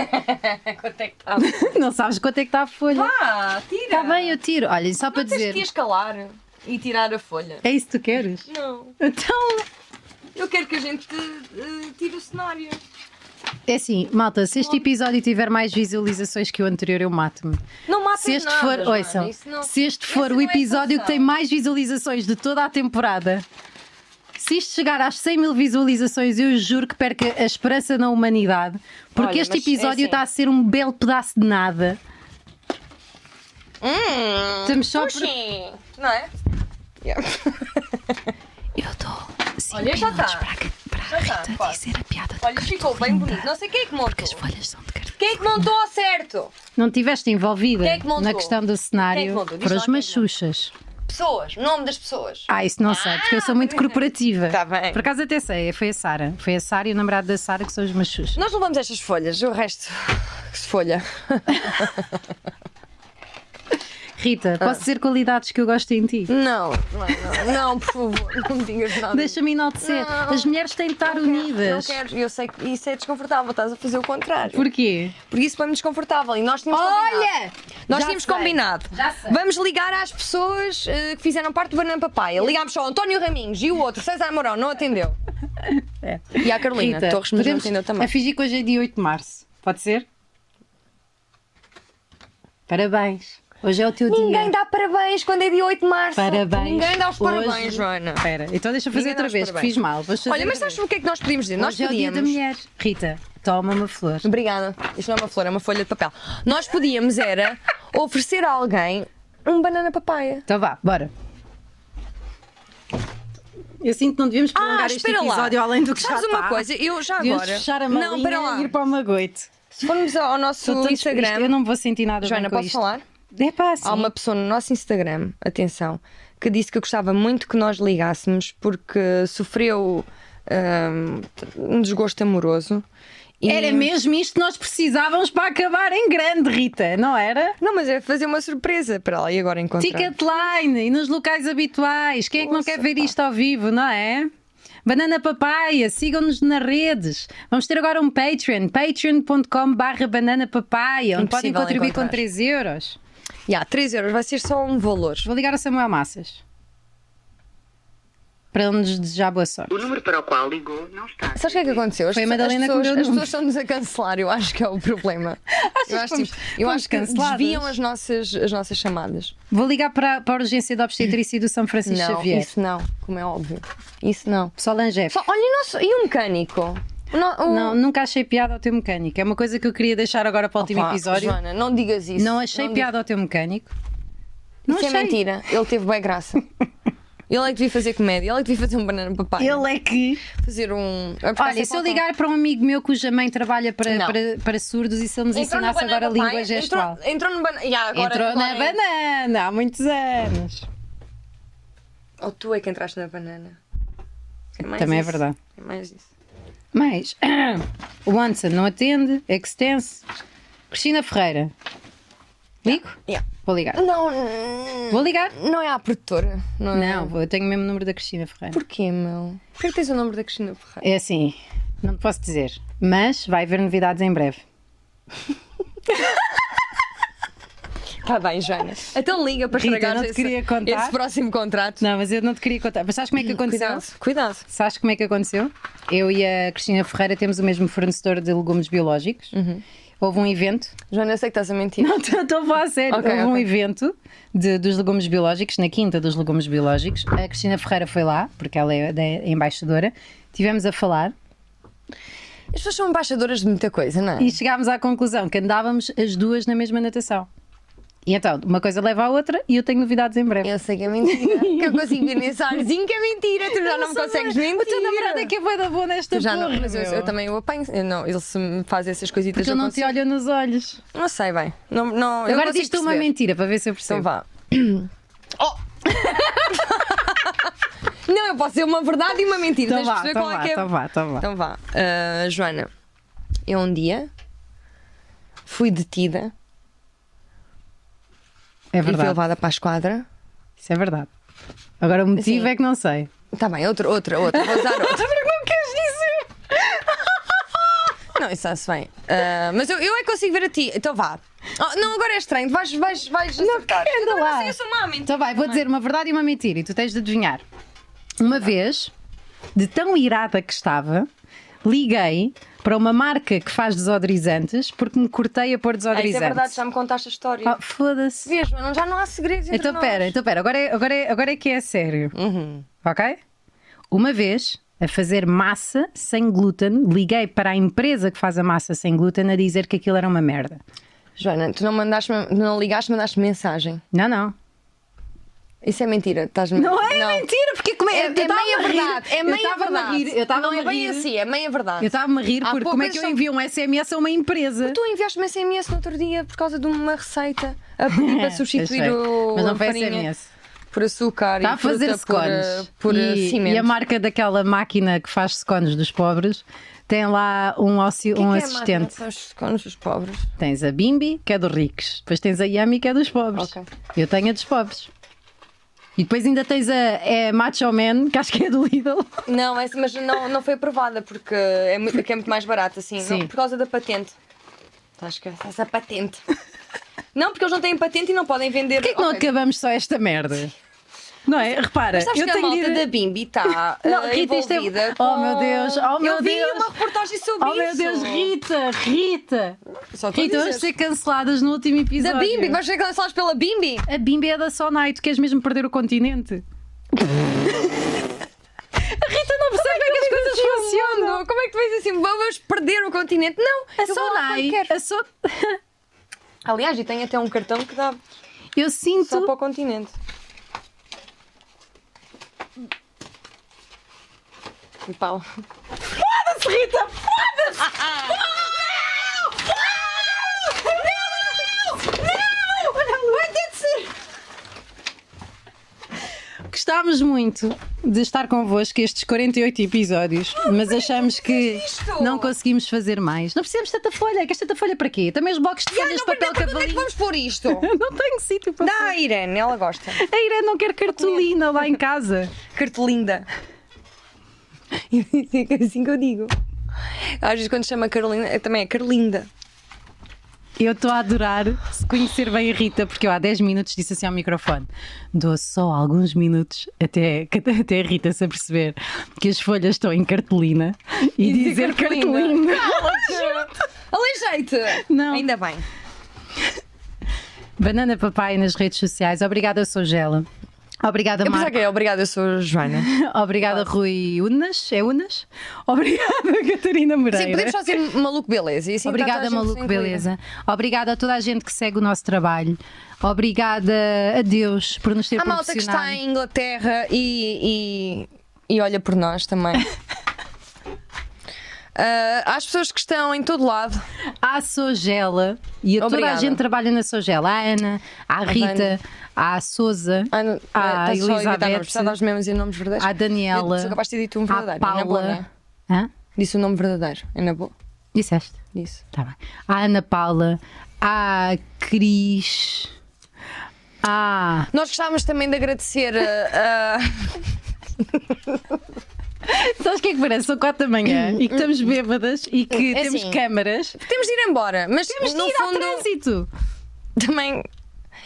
S2: Quanto é que está?
S1: não sabes quanto é que está a folha.
S2: Pá, tira.
S1: Está Tá bem, eu tiro. Olha, só para
S2: Não tens
S1: dizer.
S2: que escalar e tirar a folha.
S1: É isso que tu queres?
S2: Não.
S1: Então.
S2: Eu quero que a gente eh, tire o cenário.
S1: É assim, malta, se este episódio tiver mais visualizações que o anterior, eu mato-me.
S2: Não mata
S1: Se este
S2: nada,
S1: for,
S2: Joana,
S1: ouçam,
S2: isso não-
S1: se este
S2: isso
S1: for o
S2: não é
S1: episódio que
S2: solução.
S1: tem mais visualizações de toda a temporada, se isto chegar às 100 mil visualizações, eu juro que perca a esperança na humanidade, porque
S2: Olha,
S1: este
S2: mas é
S1: episódio
S2: assim.
S1: está a ser um belo pedaço de nada.
S2: Hum,
S1: Estamos só por...
S2: puxinho, não é?
S1: Eu dou 5
S2: Olha, já
S1: minutos
S2: tá.
S1: para, que- para a
S2: Já tá,
S1: Rita
S2: quase.
S1: dizer a piada do
S2: Olha, ficou bem bonito. Não sei quem é que montou.
S1: as folhas são de cartão.
S2: Quem é que montou ao certo?
S1: Não tiveste envolvida
S2: Quem é que montou?
S1: na questão do cenário
S2: montou? Diz
S1: para
S2: lá
S1: os
S2: quem é que montou.
S1: machuchas.
S2: Pessoas, nome das pessoas.
S1: Ah, isso não sei, porque eu sou muito corporativa.
S2: Tá bem.
S1: Por acaso até sei, foi a Sara. Foi a Sara e o namorado da Sara que são os machos.
S2: Nós levamos estas folhas, o resto que se folha.
S1: Rita, posso dizer qualidades que eu gosto em ti?
S2: Ah. Não, não, não, não, por favor, não me digas nada.
S1: Deixa-me enaltecer.
S2: Não.
S1: As mulheres têm de estar
S2: Não quero,
S1: unidas.
S2: Não quero, eu sei que isso é desconfortável, estás a fazer o contrário.
S1: Porquê?
S2: Porque isso foi-me desconfortável e nós tínhamos combinado.
S1: Olha!
S2: Nós
S1: Já
S2: tínhamos
S1: sei.
S2: combinado.
S1: Já sei.
S2: Vamos ligar às pessoas eh, que fizeram parte do Banana Papaya. Ligámos só ao António Raminhos e o outro, César Mourão, não atendeu.
S1: É.
S2: E à Carolina
S1: Rita,
S2: Torres, mas não
S1: podemos
S2: atendeu também.
S1: a fingir que hoje é dia 8 de março. Pode ser? Parabéns. Hoje é o teu
S2: Ninguém
S1: dia.
S2: dá parabéns quando é dia 8 de março.
S1: Parabéns.
S2: Ninguém dá os parabéns,
S1: Hoje-
S2: Joana.
S1: Espera, então deixa eu fazer
S2: Ninguém dá
S1: outra
S2: os
S1: vez, que
S2: parabéns.
S1: fiz mal. Vou fazer
S2: Olha, mas
S1: outra
S2: sabes o que é que nós podíamos dizer?
S1: vez.
S2: nós
S1: Hoje é o dia da
S2: podíamos.
S1: mulher. Rita, toma uma flor.
S2: Obrigada. Isto não é uma flor, é uma folha de papel. Nós podíamos era oferecer a alguém um banana papaya.
S1: Então vá, bora. Eu sinto que não devíamos prolongar este episódio além do que
S2: Ah, Sabes
S1: já
S2: uma
S1: está.
S2: coisa, eu já
S1: Devíamos
S2: agora.
S1: fechar a malinha
S2: não, para lá.
S1: e ir para o Magoito.
S2: Se formos ao nosso
S1: Estou tão
S2: Instagram,
S1: despista, Eu não vou sentir nada
S2: Joana,
S1: bem com
S2: posso
S1: isto.
S2: falar?
S1: É pá, assim.
S2: Há uma pessoa no nosso Instagram, atenção, que disse que gostava muito que nós ligássemos porque sofreu hum, um desgosto amoroso. e-
S1: Era mesmo isto que nós precisávamos para acabar em grande, Rita, não era?
S2: Não, mas era fazer uma surpresa para ela e agora encontrar.
S1: Ticketline e nos locais habituais. Quem é que não
S2: Ouça,
S1: quer ver isto ao vivo, não é? Banana Papaya, sigam-nos nas redes. Vamos ter agora um Patreon, patreon.com barra banana papaya, onde podem
S2: Impossível
S1: contribuir com
S2: encontrar.
S1: 3 euros.
S2: Ya, 3 euros, vai ser só um valor.
S1: Vou ligar a Samuel Massas. para ele nos desejar boa sorte.
S4: O número para o qual ligou não está.
S2: Sabes o que é que aconteceu? As
S1: Foi a Madalena
S2: as
S1: que me
S2: pessoas,
S1: deu o
S2: As
S1: número.
S2: pessoas estão-nos a cancelar, eu acho que é o problema.
S1: Achas
S2: eu acho, tipo,
S1: que fomos-
S2: eu
S1: fomos
S2: acho que
S1: canceladas?
S2: desviam as nossas, as nossas chamadas.
S1: Vou ligar para, para a urgência da obstetrícia e do São Francisco
S2: não,
S1: Xavier.
S2: isso não, como é óbvio. Isso não.
S1: Pessoal Angef.
S2: Só, um. olha, e, o nosso- e um mecânico? O no- o-
S1: Não, nunca achei piada ao teu mecânico. É uma coisa que eu queria deixar agora para o último
S2: Pá,
S1: episódio.
S2: Joana, não digas isso.
S1: Não achei
S2: Não digas-
S1: piada ao teu mecânico. Não
S2: Isso é
S1: achei.
S2: mentira. Ele teve boa graça. Ele é que devia fazer comédia, ele é que devia fazer um banana papai.
S1: Ele é que.
S2: fazer um. É porque
S1: Olha,
S2: há
S1: se eu
S2: sempre
S1: ligar para um amigo meu cuja mãe trabalha para,
S2: Não.
S1: para, para surdos e se ele nos
S2: alguém- Entrou no
S1: ensinasse agora
S2: Banana
S1: a língua
S2: Papai,
S1: gestual?
S2: Entrou, entrou no banana. Ya, agora,
S1: Entrou na
S2: agora é-
S1: banana há muitos anos.
S2: Ou tu é que entraste na banana. É mais
S1: Também
S2: isso.
S1: é verdade.
S2: É mais isso.
S1: Mas o Anson não atende, Extense. Cristina Ferreira. Ligo?
S2: Yeah.
S1: Vou ligar.
S2: Não,
S1: Vou ligar?
S2: não é a produtora. Não, é-
S1: Não, vou- eu tenho o mesmo número da Cristina Ferreira.
S2: Porquê, meu? Porquê que tens o nome da Cristina Ferreira?
S1: É assim, não te posso dizer, mas vai haver novidades em breve.
S2: Está Tá bem, Joana. Então liga para
S1: Rita,
S2: estragar
S1: não te
S2: esse,
S1: queria contar.
S2: esse próximo contrato.
S1: Não, mas eu não te queria contar. Mas sabes como é que aconteceu?
S2: Cuidado, cuidado.
S1: Sabes como é que aconteceu? Eu e a Cristina Ferreira temos o mesmo fornecedor de legumes biológicos.
S2: Uhum.
S1: Houve um evento
S2: Joana, eu sei que estás a mentir.
S1: Não, estou- estou a falar a sério.
S2: Ok,
S1: Houve um
S2: ok.
S1: evento de- dos legumes biológicos, na quinta dos legumes biológicos. A Cristina Ferreira foi lá, porque ela é da embaixadora. Tivemos a falar
S2: As pessoas são embaixadoras de muita coisa, não é?
S1: e chegámos à conclusão que andávamos as duas na mesma natação. E então, uma coisa leva à outra e eu tenho novidades em breve.
S2: Eu sei que é mentira. que eu consigo ver nesse arzinho que é mentira. Tu já não me consegues mentir.
S1: O teu namorado é que é bué da boa nesta
S2: Tu já
S1: porra,
S2: não, mas eu,
S1: meu.
S2: eu também o apanho. Eu não, ele se me faz essas coisitas.
S1: Porque eu
S2: eu
S1: não te
S2: consigo-
S1: olho nos olhos.
S2: Não sei bem. Não, não, eu
S1: Agora
S2: consigo
S1: diz-te uma
S2: perceber.
S1: mentira para ver se eu
S2: Então
S1: percebo.
S2: vá. Oh! não, eu posso dizer uma verdade e uma mentira.
S1: Então
S2: Tens de
S1: vá,
S2: perceber
S1: então
S2: qual é
S1: vá,
S2: que é.
S1: então vá, então vá.
S2: Então vá. Ah, Joana, eu um dia fui detida
S1: É
S2: e fui
S1: verdade.
S2: levada para a esquadra.
S1: Isso é verdade. Agora o motivo
S2: Sim.
S1: é que não sei.
S2: Está Tá bem, outra, outra, outra. Vou usar outra.
S1: Não queres dizer?
S2: Não, isso está-se bem. Ah, mas eu, eu é que consigo ver a ti. Então vá. Oh, não, agora é estranho. Vais, vais, vais acertar.
S1: anda
S2: eu também
S1: lá.
S2: não sei, eu sou uma mentira.
S1: Então vai, vou dizer uma verdade e uma mentira e tu tens de adivinhar. Uma vez, de tão irada que estava, liguei para uma marca que faz desodorizantes porque me cortei a pôr
S2: Ah, isso
S1: desodorizante.
S2: é verdade, já me contaste a história.
S1: Oh, Foda-se.
S2: Vês, Joana, já não há segredos entre
S1: Então
S2: nós.
S1: pera, então pera, agora é, agora, é, agora é que é sério. Ok? Uma vez, a fazer massa sem glúten, liguei para a empresa que faz a massa sem glúten a dizer que aquilo era uma merda.
S2: Joana, tu não mandaste, não ligaste, mandaste mensagem.
S1: Não, não.
S2: Isso é mentira. Estás
S1: Não é mentira, porque como
S2: É,
S1: eu tava a
S2: meia
S1: rir,
S2: verdade. É
S1: eu
S2: meia
S1: tava-me a
S2: verdade.
S1: rir, Eu estava a
S2: não é bem
S1: rir.
S2: assim, é meia verdade.
S1: Eu estava-me a rir
S2: Há
S1: porque como é
S2: poucas
S1: que eu
S2: são-
S1: envio um SMS a uma empresa?
S2: Tu enviaste-me SMS no outro dia por causa de uma receita a pedir para substituir
S1: Eu sei,
S2: o
S1: É, Mas não foi
S2: farinha
S1: SMS.
S2: por açúcar
S1: Está
S2: e
S1: Tá a fazer
S2: fruta por,
S1: scones.
S2: uh, por, uh,
S1: e,
S2: cimento.
S1: e a marca daquela máquina que faz scones dos pobres tem lá um, auxi-
S2: O que é
S1: um
S2: que é a máquina
S1: assistente.
S2: para os scones dos pobres.
S1: Tens a Bimbi, que é dos ricos. Depois tens a Yami, que é dos pobres.
S2: Ok.
S1: Eu tenho a dos pobres. E depois ainda tens a é, Macho Man, que acho que é do Lidl.
S2: Não, essa- mas não, não foi aprovada porque é muito, que é muito mais barato assim.
S1: Sim.
S2: Não, por causa da patente. Estás a esquecer essa patente. Não, porque eles não têm patente e não podem vender.
S1: Porquê que não
S2: Ok.
S1: acabamos só esta merda? Não é? Repara,
S2: Mas sabes
S1: eu
S2: que a
S1: tenho de
S2: malta
S1: ir-
S2: da Bimbi está
S1: Não,
S2: eh,
S1: Rita, isto é-
S2: envolvida
S1: Oh,
S2: com-
S1: meu Deus, oh, meu
S2: Eu vi
S1: Deus.
S2: uma reportagem sobre
S1: Oh meu
S2: isso.
S1: Deus, Rita, Rita!
S2: Só estou a
S1: Rita,
S2: dizer.
S1: vamos ser canceladas no último episódio.
S2: Então
S1: é.
S2: Da Bimbi, vais ser cancelados pela Bimbi?
S1: A Bimbi é da Sonai, tu queres mesmo perder o continente? a Rita não percebe como é que as coisas funcionam. É
S2: Não, Como é que tu vês assim? Vamos perder o continente? Não,
S1: A
S2: eu vou lá
S1: Sonai.
S2: quando quero.
S1: A so...
S2: Aliás, e tem até um cartão que dá
S1: Eu
S2: só para
S1: sinto.
S2: o continente. E pau. Ah,
S1: Foda-se, Rita! Gostámos muito de estar convosco estes 48 episódios, mas achamos Ah, que
S2: isto?
S1: não conseguimos fazer mais. Não precisamos de tanta folha, queres tanta folha é para quê? Também os boxes de folhas de papel
S2: Onde é que
S1: cavalinho.
S2: vamos pôr isto?
S1: Não tenho sítio para.
S2: Dá à Irene, ela gosta.
S1: A Irene não quer cartolina lá em casa.
S2: Cartelinda. eh, É assim que eu digo. Às vezes quando chama Carolina, é- também é Carlinda.
S1: Eu estou a adorar se conhecer bem a Rita, porque eu há 10 minutos disse assim ao microfone: dou só alguns minutos até, até a Rita se aperceber que as folhas estão em cartolina e, dizer cartolina.
S2: Alejeite!
S1: Não.
S2: é Ainda bem.
S1: Banana Papai nas redes sociais. Obrigada, sou Gela. Obrigada,
S2: Eu pensava
S1: Marco.
S2: que é obrigada, eu sou a Joana.
S1: Obrigada, Rui Unas. É Unas? Obrigada, Catarina Moreira.
S2: Sim, podemos fazer maluco beleza. E assim
S1: Obrigada,
S2: está toda a gente
S1: maluco,
S2: incluída.
S1: beleza. Obrigada a toda a gente que segue o nosso trabalho. Obrigada a Deus por nos ter
S2: Há malta que
S1: proporcionado.
S2: está em Inglaterra e, e, e olha por nós também. Ah, há as pessoas que estão em todo lado.
S1: à Sogela e a toda a
S2: Obrigada.
S1: gente que trabalha na Sogela. À Ana, à Rita,
S2: Vânia.
S1: à Souza,
S2: Ah, não,
S1: à
S2: estás só a evitar nomes,
S1: Elizabeth,
S2: precisava dar os mesmos e nomes verdadeiros.
S1: à Daniela,
S2: Eu sou capaz de ter dito um
S1: à
S2: verdadeiro. não é boa, não é?
S1: Paula. Hã?
S2: Disse o nome verdadeiro. É na boa.
S1: Disseste?
S2: Disse.
S1: Tá bem. À Ana Paula, à Cris, à.
S2: Nós gostávamos também de agradecer eh, a.
S1: Sabes o que é que parece? São quatro da manhã e que estamos bêbadas e que
S2: É
S1: temos
S2: assim.
S1: câmaras.
S2: Temos de ir embora, mas
S1: Temos de
S2: no
S1: ir
S2: fundo
S1: ao trânsito.
S2: também.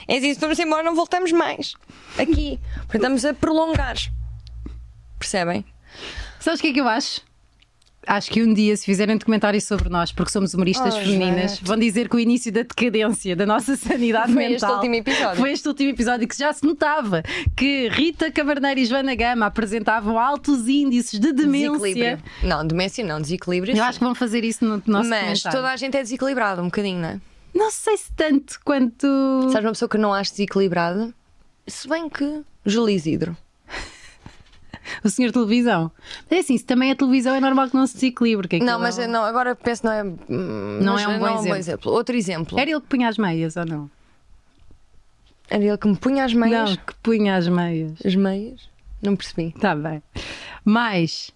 S2: É assim, se formos embora, não voltamos mais. Aqui. Portanto, estamos a prolongar. Percebem?
S1: Sabes o que é que eu acho? Acho que um dia, se fizerem documentários sobre nós, porque somos humoristas
S2: Oh,
S1: femininas,
S2: Joana.
S1: vão dizer que o início da decadência da nossa sanidade
S2: Foi este
S1: mental
S2: último episódio.
S1: foi este último episódio que já se notava que Rita Caberneiro e Joana Gama apresentavam altos índices de demência.
S2: Desequilíbrio. Não, demência não, desequilíbrio.
S1: Eu acho que vão fazer isso no nosso
S2: Mas
S1: documentário.
S2: toda a gente é desequilibrada um bocadinho, não é?
S1: Não sei se tanto quanto.
S2: Sabes uma pessoa que não acho desequilibrada? Se bem que. Júlio Isidro.
S1: O senhor televisão. Mas é assim, se também é televisão, é normal que não se desequilibre. que
S2: Não,
S1: aquilo
S2: mas
S1: é um-
S2: não, agora penso não é. hum,
S1: Não
S2: mas
S1: é um bom exemplo.
S2: Outro exemplo.
S1: Era ele que punha as meias ou não?
S2: Era ele que me punha as meias.
S1: Não, que punha as meias.
S2: As meias? Não percebi.
S1: Está bem. Mas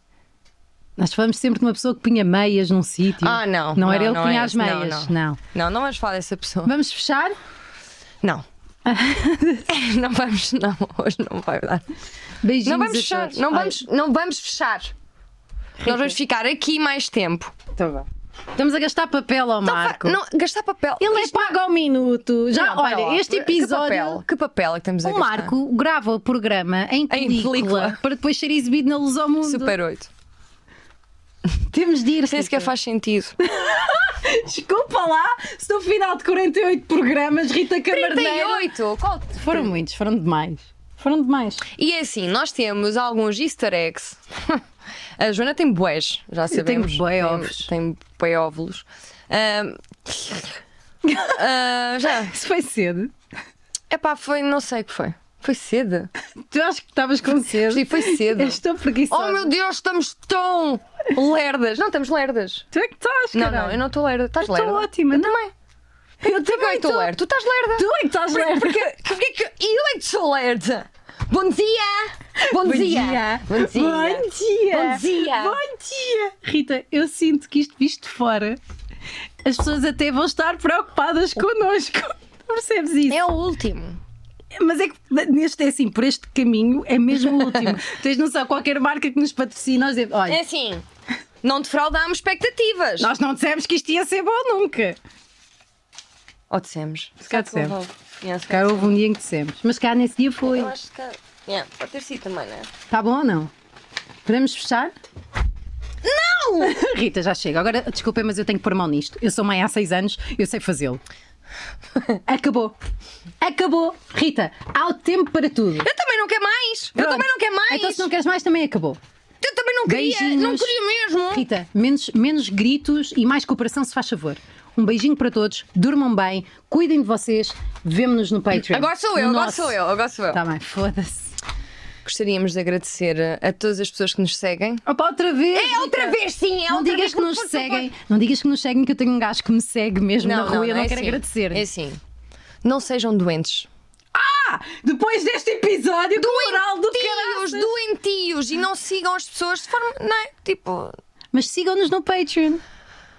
S1: nós falamos sempre de uma pessoa que punha meias num sítio.
S2: Ah, não.
S1: Tipo, Não era
S2: Não,
S1: ele
S2: não
S1: que punha
S2: é
S1: as
S2: esse. Não,
S1: meias.
S2: não. Não, não vamos falar dessa pessoa.
S1: Vamos fechar?
S2: Não. É, não vamos, não, hoje não vai dar.
S1: Beijinhos.
S2: Não vamos
S1: a
S2: fechar,
S1: todos.
S2: não
S1: Ai,
S2: vamos, não vamos fechar. Nós vamos ficar aqui mais tempo.
S1: tá bem. Estamos a gastar papel ao
S2: Não fa-
S1: Marco.
S2: Então Não, gastar papel.
S1: Ele é
S2: Isto não-
S1: pago ao minuto. Já,
S2: Não, pera
S1: olha,
S2: lá.
S1: este episódio.
S2: Que papel, que papel é que estamos a
S1: O
S2: gastar?
S1: Marco grava o programa em película,
S2: película.
S1: para depois ser exibido na Luz ao Mundo.
S2: Super 8.
S1: Temos de ir.
S2: Nem sequer
S1: Rita.
S2: é faz sentido.
S1: Desculpa lá, se no final de 48 programas, Rita Camarneiro.
S2: 38! Qual?
S1: Foram muitos, foram demais. Foram demais.
S2: E é assim, nós temos alguns easter eggs. A Joana tem boés, já
S1: Eu tenho
S2: sabemos.
S1: bué
S2: Tem-
S1: ovos.
S2: Tem bué óvulos. Ahm, ah, já.
S1: Isso foi cedo.
S2: Epá, foi, não sei o que foi. Foi cedo.
S1: Tu acho que estavas com cedo.
S2: Sim, foi cedo.
S1: Eu estou preguiçosa.
S2: Oh meu Deus, estamos tão lerdas. Não, estamos lerdas.
S1: Tu é que estás,
S2: Não,
S1: caralho.
S2: não, eu não estou lerda. Estás
S1: Eu estou
S2: lerda?
S1: ótima.
S2: Eu
S1: Não,
S2: também.
S1: Eu
S2: Porquê que eu
S1: também
S2: estou
S1: estou.
S2: lerda? Tu estás lerda.
S1: Tu é que estás lerda.
S2: Porque, porque que eu é que sou lerda? Bom dia! Bom dia!
S1: Bom dia. Bom dia.
S2: Bom dia.
S1: Bom dia. Rita, eu sinto que isto visto de fora, as pessoas até vão estar preocupadas connosco. Tu Percebes isso?
S2: É o último.
S1: Mas é que neste é assim, por este caminho é mesmo o último. Tens noção, qualquer marca que nos patrocina, nós dizemos, olha,
S2: É assim, não defraudámos expectativas.
S1: nós não dissemos que isto ia ser bom nunca.
S2: Ou dissemos.
S1: Se calhar dissemos.
S2: Yeah, se
S1: Cá houve um dia em que dissemos, mas cá nesse dia foi.
S2: Eu acho que. Yeah, pode ter sido também, não é?
S1: Está Tá bom ou não? Podemos fechar? Não! Rita, já chega. Agora, desculpem, mas eu tenho que pôr mão nisto. Eu sou mãe há seis anos, eu sei fazê-lo. Acabou. Acabou. Rita, há o tempo para tudo.
S2: Eu também não quero mais! Eu
S1: Pronto.
S2: também não quero mais!
S1: Então, se não queres mais, também acabou.
S2: Eu também não queria! Não
S1: Beijinhos.
S2: queria mesmo!
S1: Rita, menos, menos gritos e mais cooperação, se faz favor. Um beijinho para todos, durmam bem, cuidem de vocês, vemo-nos no Patreon.
S2: Agora sou eu,
S1: No
S2: agora
S1: nosso.
S2: sou eu, agora sou eu.
S1: Tá bem, foda-se.
S2: Gostaríamos de agradecer a todas as pessoas que nos seguem.
S1: Opa, outra vez!
S2: É outra vez, sim! É
S1: não
S2: outra
S1: digas
S2: vez,
S1: que nos
S2: por favor.
S1: seguem, não digas que nos seguem, que eu tenho um gajo que me segue mesmo na rua e eu não
S2: é
S1: quero
S2: assim.
S1: agradecer.
S2: É assim. Não sejam doentes.
S1: Depois deste episódio, moral do
S2: Tios,
S1: caralho.
S2: doentios e não sigam as pessoas de forma. Não é? Tipo.
S1: Mas sigam-nos no Patreon.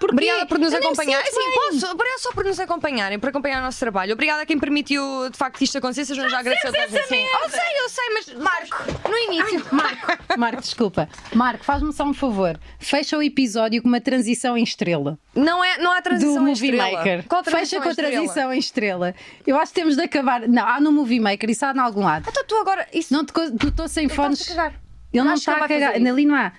S1: Porque
S2: Obrigada por nos
S1: eu nem me
S2: acompanhar.
S1: sinto
S2: Sim,
S1: bem.
S2: posso. Obrigada só por nos acompanharem, por acompanhar o nosso trabalho. Obrigada a quem permitiu, de facto, isto acontecer. Sejam já, já agradeceu toda a gente. Sim. Eu sei, eu sei, mas Marco, no início.
S1: Marco, Marco, desculpa. Marco, faz-me só um favor. Fecha o episódio com uma transição em estrela
S2: Não, é, não há transição
S1: do
S2: em
S1: Movie
S2: estrela.
S1: Maker.
S2: Qual
S1: Fecha
S2: transição
S1: com
S2: em
S1: a
S2: estrela?
S1: transição em estrela. Eu acho que temos de acabar. Não, há no Movie Maker, isso há em algum lado.
S2: Então tu agora. Isso,
S1: Não te co- tu estou sem
S2: estás a
S1: fones.
S2: cagar.
S1: Ele não
S2: Acho que
S1: está a
S2: ele vai
S1: cagar.
S2: fazer isso.
S1: Ali não há.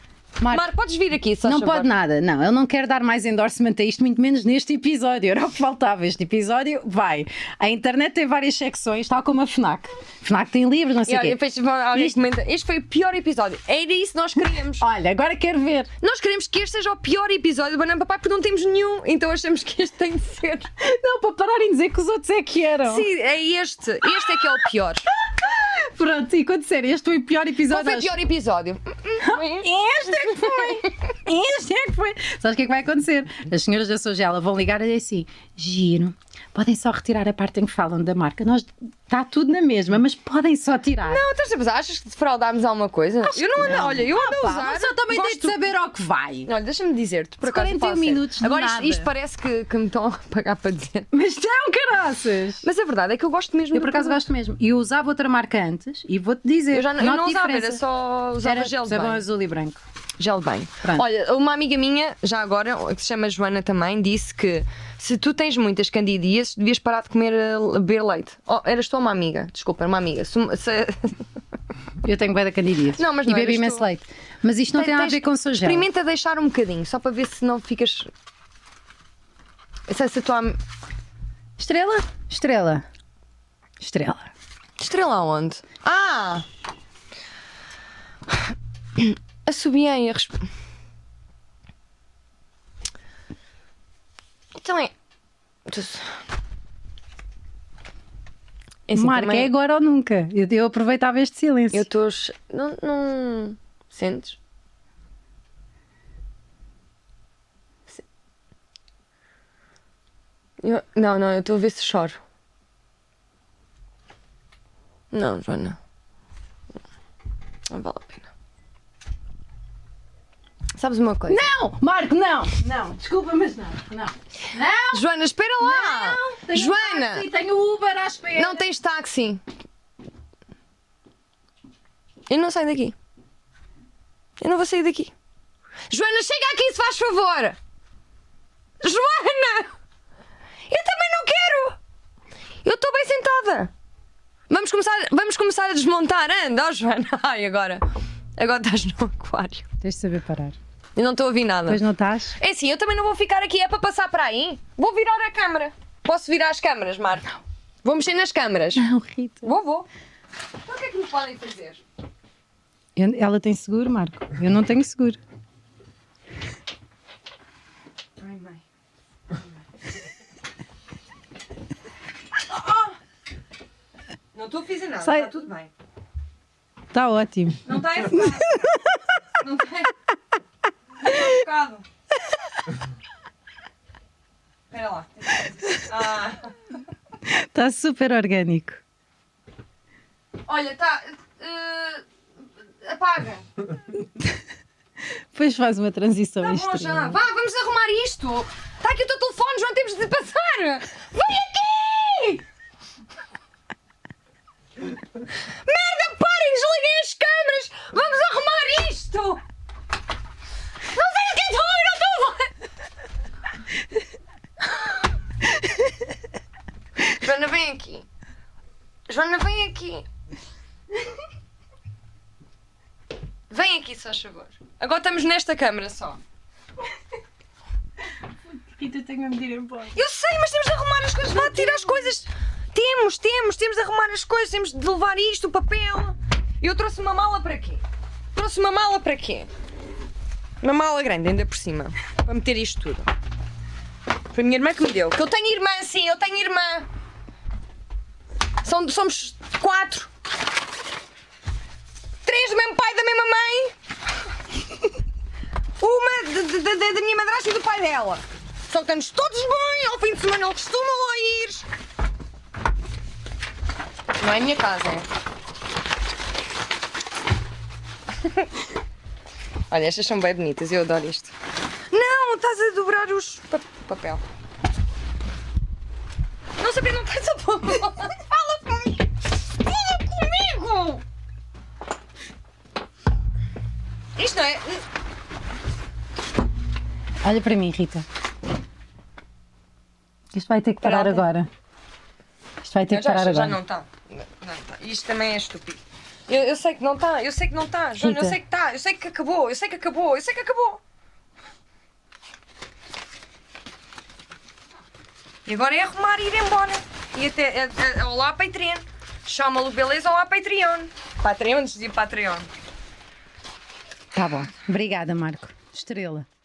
S1: Marco,
S2: Marco, podes vir aqui, só
S1: não
S2: favor.
S1: pode nada, não. Ele não quer dar mais endorsement a isto, muito menos neste episódio. Era o que faltava. Este episódio vai. A internet tem várias secções, tal como a FNAC. FNAC tem livros, não sei
S2: E
S1: o
S2: olha,
S1: quê.
S2: fez- alguém
S1: Isto- Oh.
S2: comenta, este foi o pior episódio. Era isso que nós queríamos.
S1: Olha, agora quero ver.
S2: Nós queremos que este seja o pior episódio do Banana Papai porque não temos nenhum, então achamos que este tem de ser.
S1: Não, para pararem de dizer que os outros é que eram.
S2: Sim, é este. Este é que é o pior.
S1: Pronto, e quando disser este foi o pior
S2: Qual
S1: episódio.
S2: foi o
S1: nós-
S2: pior episódio? Hum,
S1: Este é que foi! Este é que foi! Sabes o que é que vai acontecer? As senhoras da Sogela vão ligar e dizer assim: giro, podem só retirar a parte em que falam da marca. Nós está tudo na mesma, mas podem só tirar.
S2: Não, estás a pensar, achas que defraudámos alguma coisa? eu não ando, olha, eu ando a usar.
S1: mas eu também
S2: gosto...
S1: tenho de saber ao que vai.
S2: Olha, deixa-me dizer-te, por
S1: Se
S2: acaso.
S1: 41
S2: falo sério.
S1: minutos de
S2: Agora isto,
S1: nada.
S2: isto parece que, que me estão a pagar para dizer.
S1: Mas estão, caraças!
S2: Mas a verdade é que eu gosto mesmo
S1: Eu por acaso gosto mesmo. E eu usava outra marca antes e vou-te dizer.
S2: Eu já não, eu
S1: noto
S2: não usava,
S1: diferença.
S2: era só usava
S1: Era
S2: gel de
S1: sabão
S2: banho.
S1: azul e branco.
S2: Gel de banho.
S1: Pronto.
S2: Olha, uma amiga minha, já agora, que se chama Joana também, disse que se tu tens muitas candidias, devias parar de comer, eh, beber leite. Oh, eras tu uma amiga, desculpa, era uma amiga. Se- se-
S1: Eu tenho bem da candidíase.
S2: Não, mas
S1: e
S2: não
S1: bebo
S2: eras
S1: imenso
S2: tu.
S1: leite. Mas isto não tem nada a
S2: tens-
S1: ver com Sogela.
S2: Experimenta deixar um bocadinho, só para ver se não ficas. Se essa tua. am-
S1: Estrela? Estrela. Estrela.
S2: Estrela aonde? Ah! Assobiei a resp... Então é. Tu- É assim,
S1: Marca,
S2: também-
S1: é agora ou nunca. Eu, eu aproveitava este silêncio.
S2: Eu estou. che- Não, não. Sentes? Se- Eu- Não, não, eu estou a ver se choro. Não, Joana. Não vale a pena. Sabes uma coisa?
S1: Não! Marco, não! Não, desculpa, mas não. Não. Não!
S2: Joana, espera lá!
S1: Tenho Um
S2: Joana!
S1: táxi, tenho o Uber à espera.
S2: Não tens táxi. Eu não saio daqui. Eu não vou sair daqui. Joana, chega aqui se faz favor. Joana! Eu também não quero. Eu estou bem sentada. Vamos começar, vamos começar a desmontar. Anda, ó, Joana. Ai, agora. Agora estás no aquário.
S1: Tens de saber parar.
S2: Eu não estou a ouvir nada.
S1: Pois não estás?
S2: É assim, eu também não vou ficar aqui, é para passar para aí. Vou virar a câmara. Posso virar as câmaras, Marco? Vou mexer nas câmaras.
S1: Não, Rita.
S2: Vou, vou. Então o que é que me podem fazer?
S1: Eu- ela tem seguro, Marco. Eu não tenho seguro.
S2: Ai, mãe. Não estou a fazer nada,
S1: Sai.
S2: está tudo bem.
S1: Está Tá ótimo.
S2: Não está enfocado. Não está enfocado. Espera lá. Ah,
S1: Está Tá super orgânico.
S2: olha, está. eh, apaga.
S1: Depois faz uma transição
S2: Tá bom, já.
S1: estrela.
S2: Vá, vamos arrumar isto. Está aqui o teu telefone, João, temos de passar. Vem aqui! Merda, parem, desliguem as câmaras. Vamos arrumar isto. Não sei o que estou a ouvir, não estou a ouvir. Joana, vem aqui. Joana, vem aqui. Vem aqui, só favor. Agora estamos nesta câmara só.
S1: Rita, tenho a medir embora.
S2: Eu sei, mas temos de arrumar as coisas. Vá tirar as coisas. Temos, temos, temos de arrumar as coisas. Temos de levar isto, o papel. Eu trouxe uma mala para quê? Trouxe uma mala para quê? Uma mala grande, ainda por cima. Para meter isto tudo. Foi a minha irmã que me deu. Que eu tenho irmã, sim, eu tenho irmã. São, somos quatro. Três do mesmo pai e da mesma mãe. Uma de- de- de- de- da minha madrasta e do pai dela. Só que estamos todos bem, ao fim de semana ele costuma lá ir. Não é a minha casa, é? Olha, estas são bem bonitas, eu adoro isto. Não, estás a dobrar os. pa- papel. Não sabia, não estás a pôr. Fala comigo! Fala comigo! Isto não é.
S1: Olha para mim, Rita. Isto vai ter que parar
S2: Parada.
S1: agora. Isto vai ter
S2: Não,
S1: que parar
S2: já, já
S1: agora.
S2: não está. Isto também é estúpido. Eu, eu sei que não está, eu sei que não está, Joana, eu
S1: Rita.
S2: sei que está, eu sei que acabou, eu sei que acabou, eu sei que acabou. E agora é arrumar e ir embora. E até. É, é, olá, Patreon. Chama-lo beleza, olá, Patreon. Patreon, dizia Patreon.
S1: Tá bom. Obrigada, Marco. Estrela.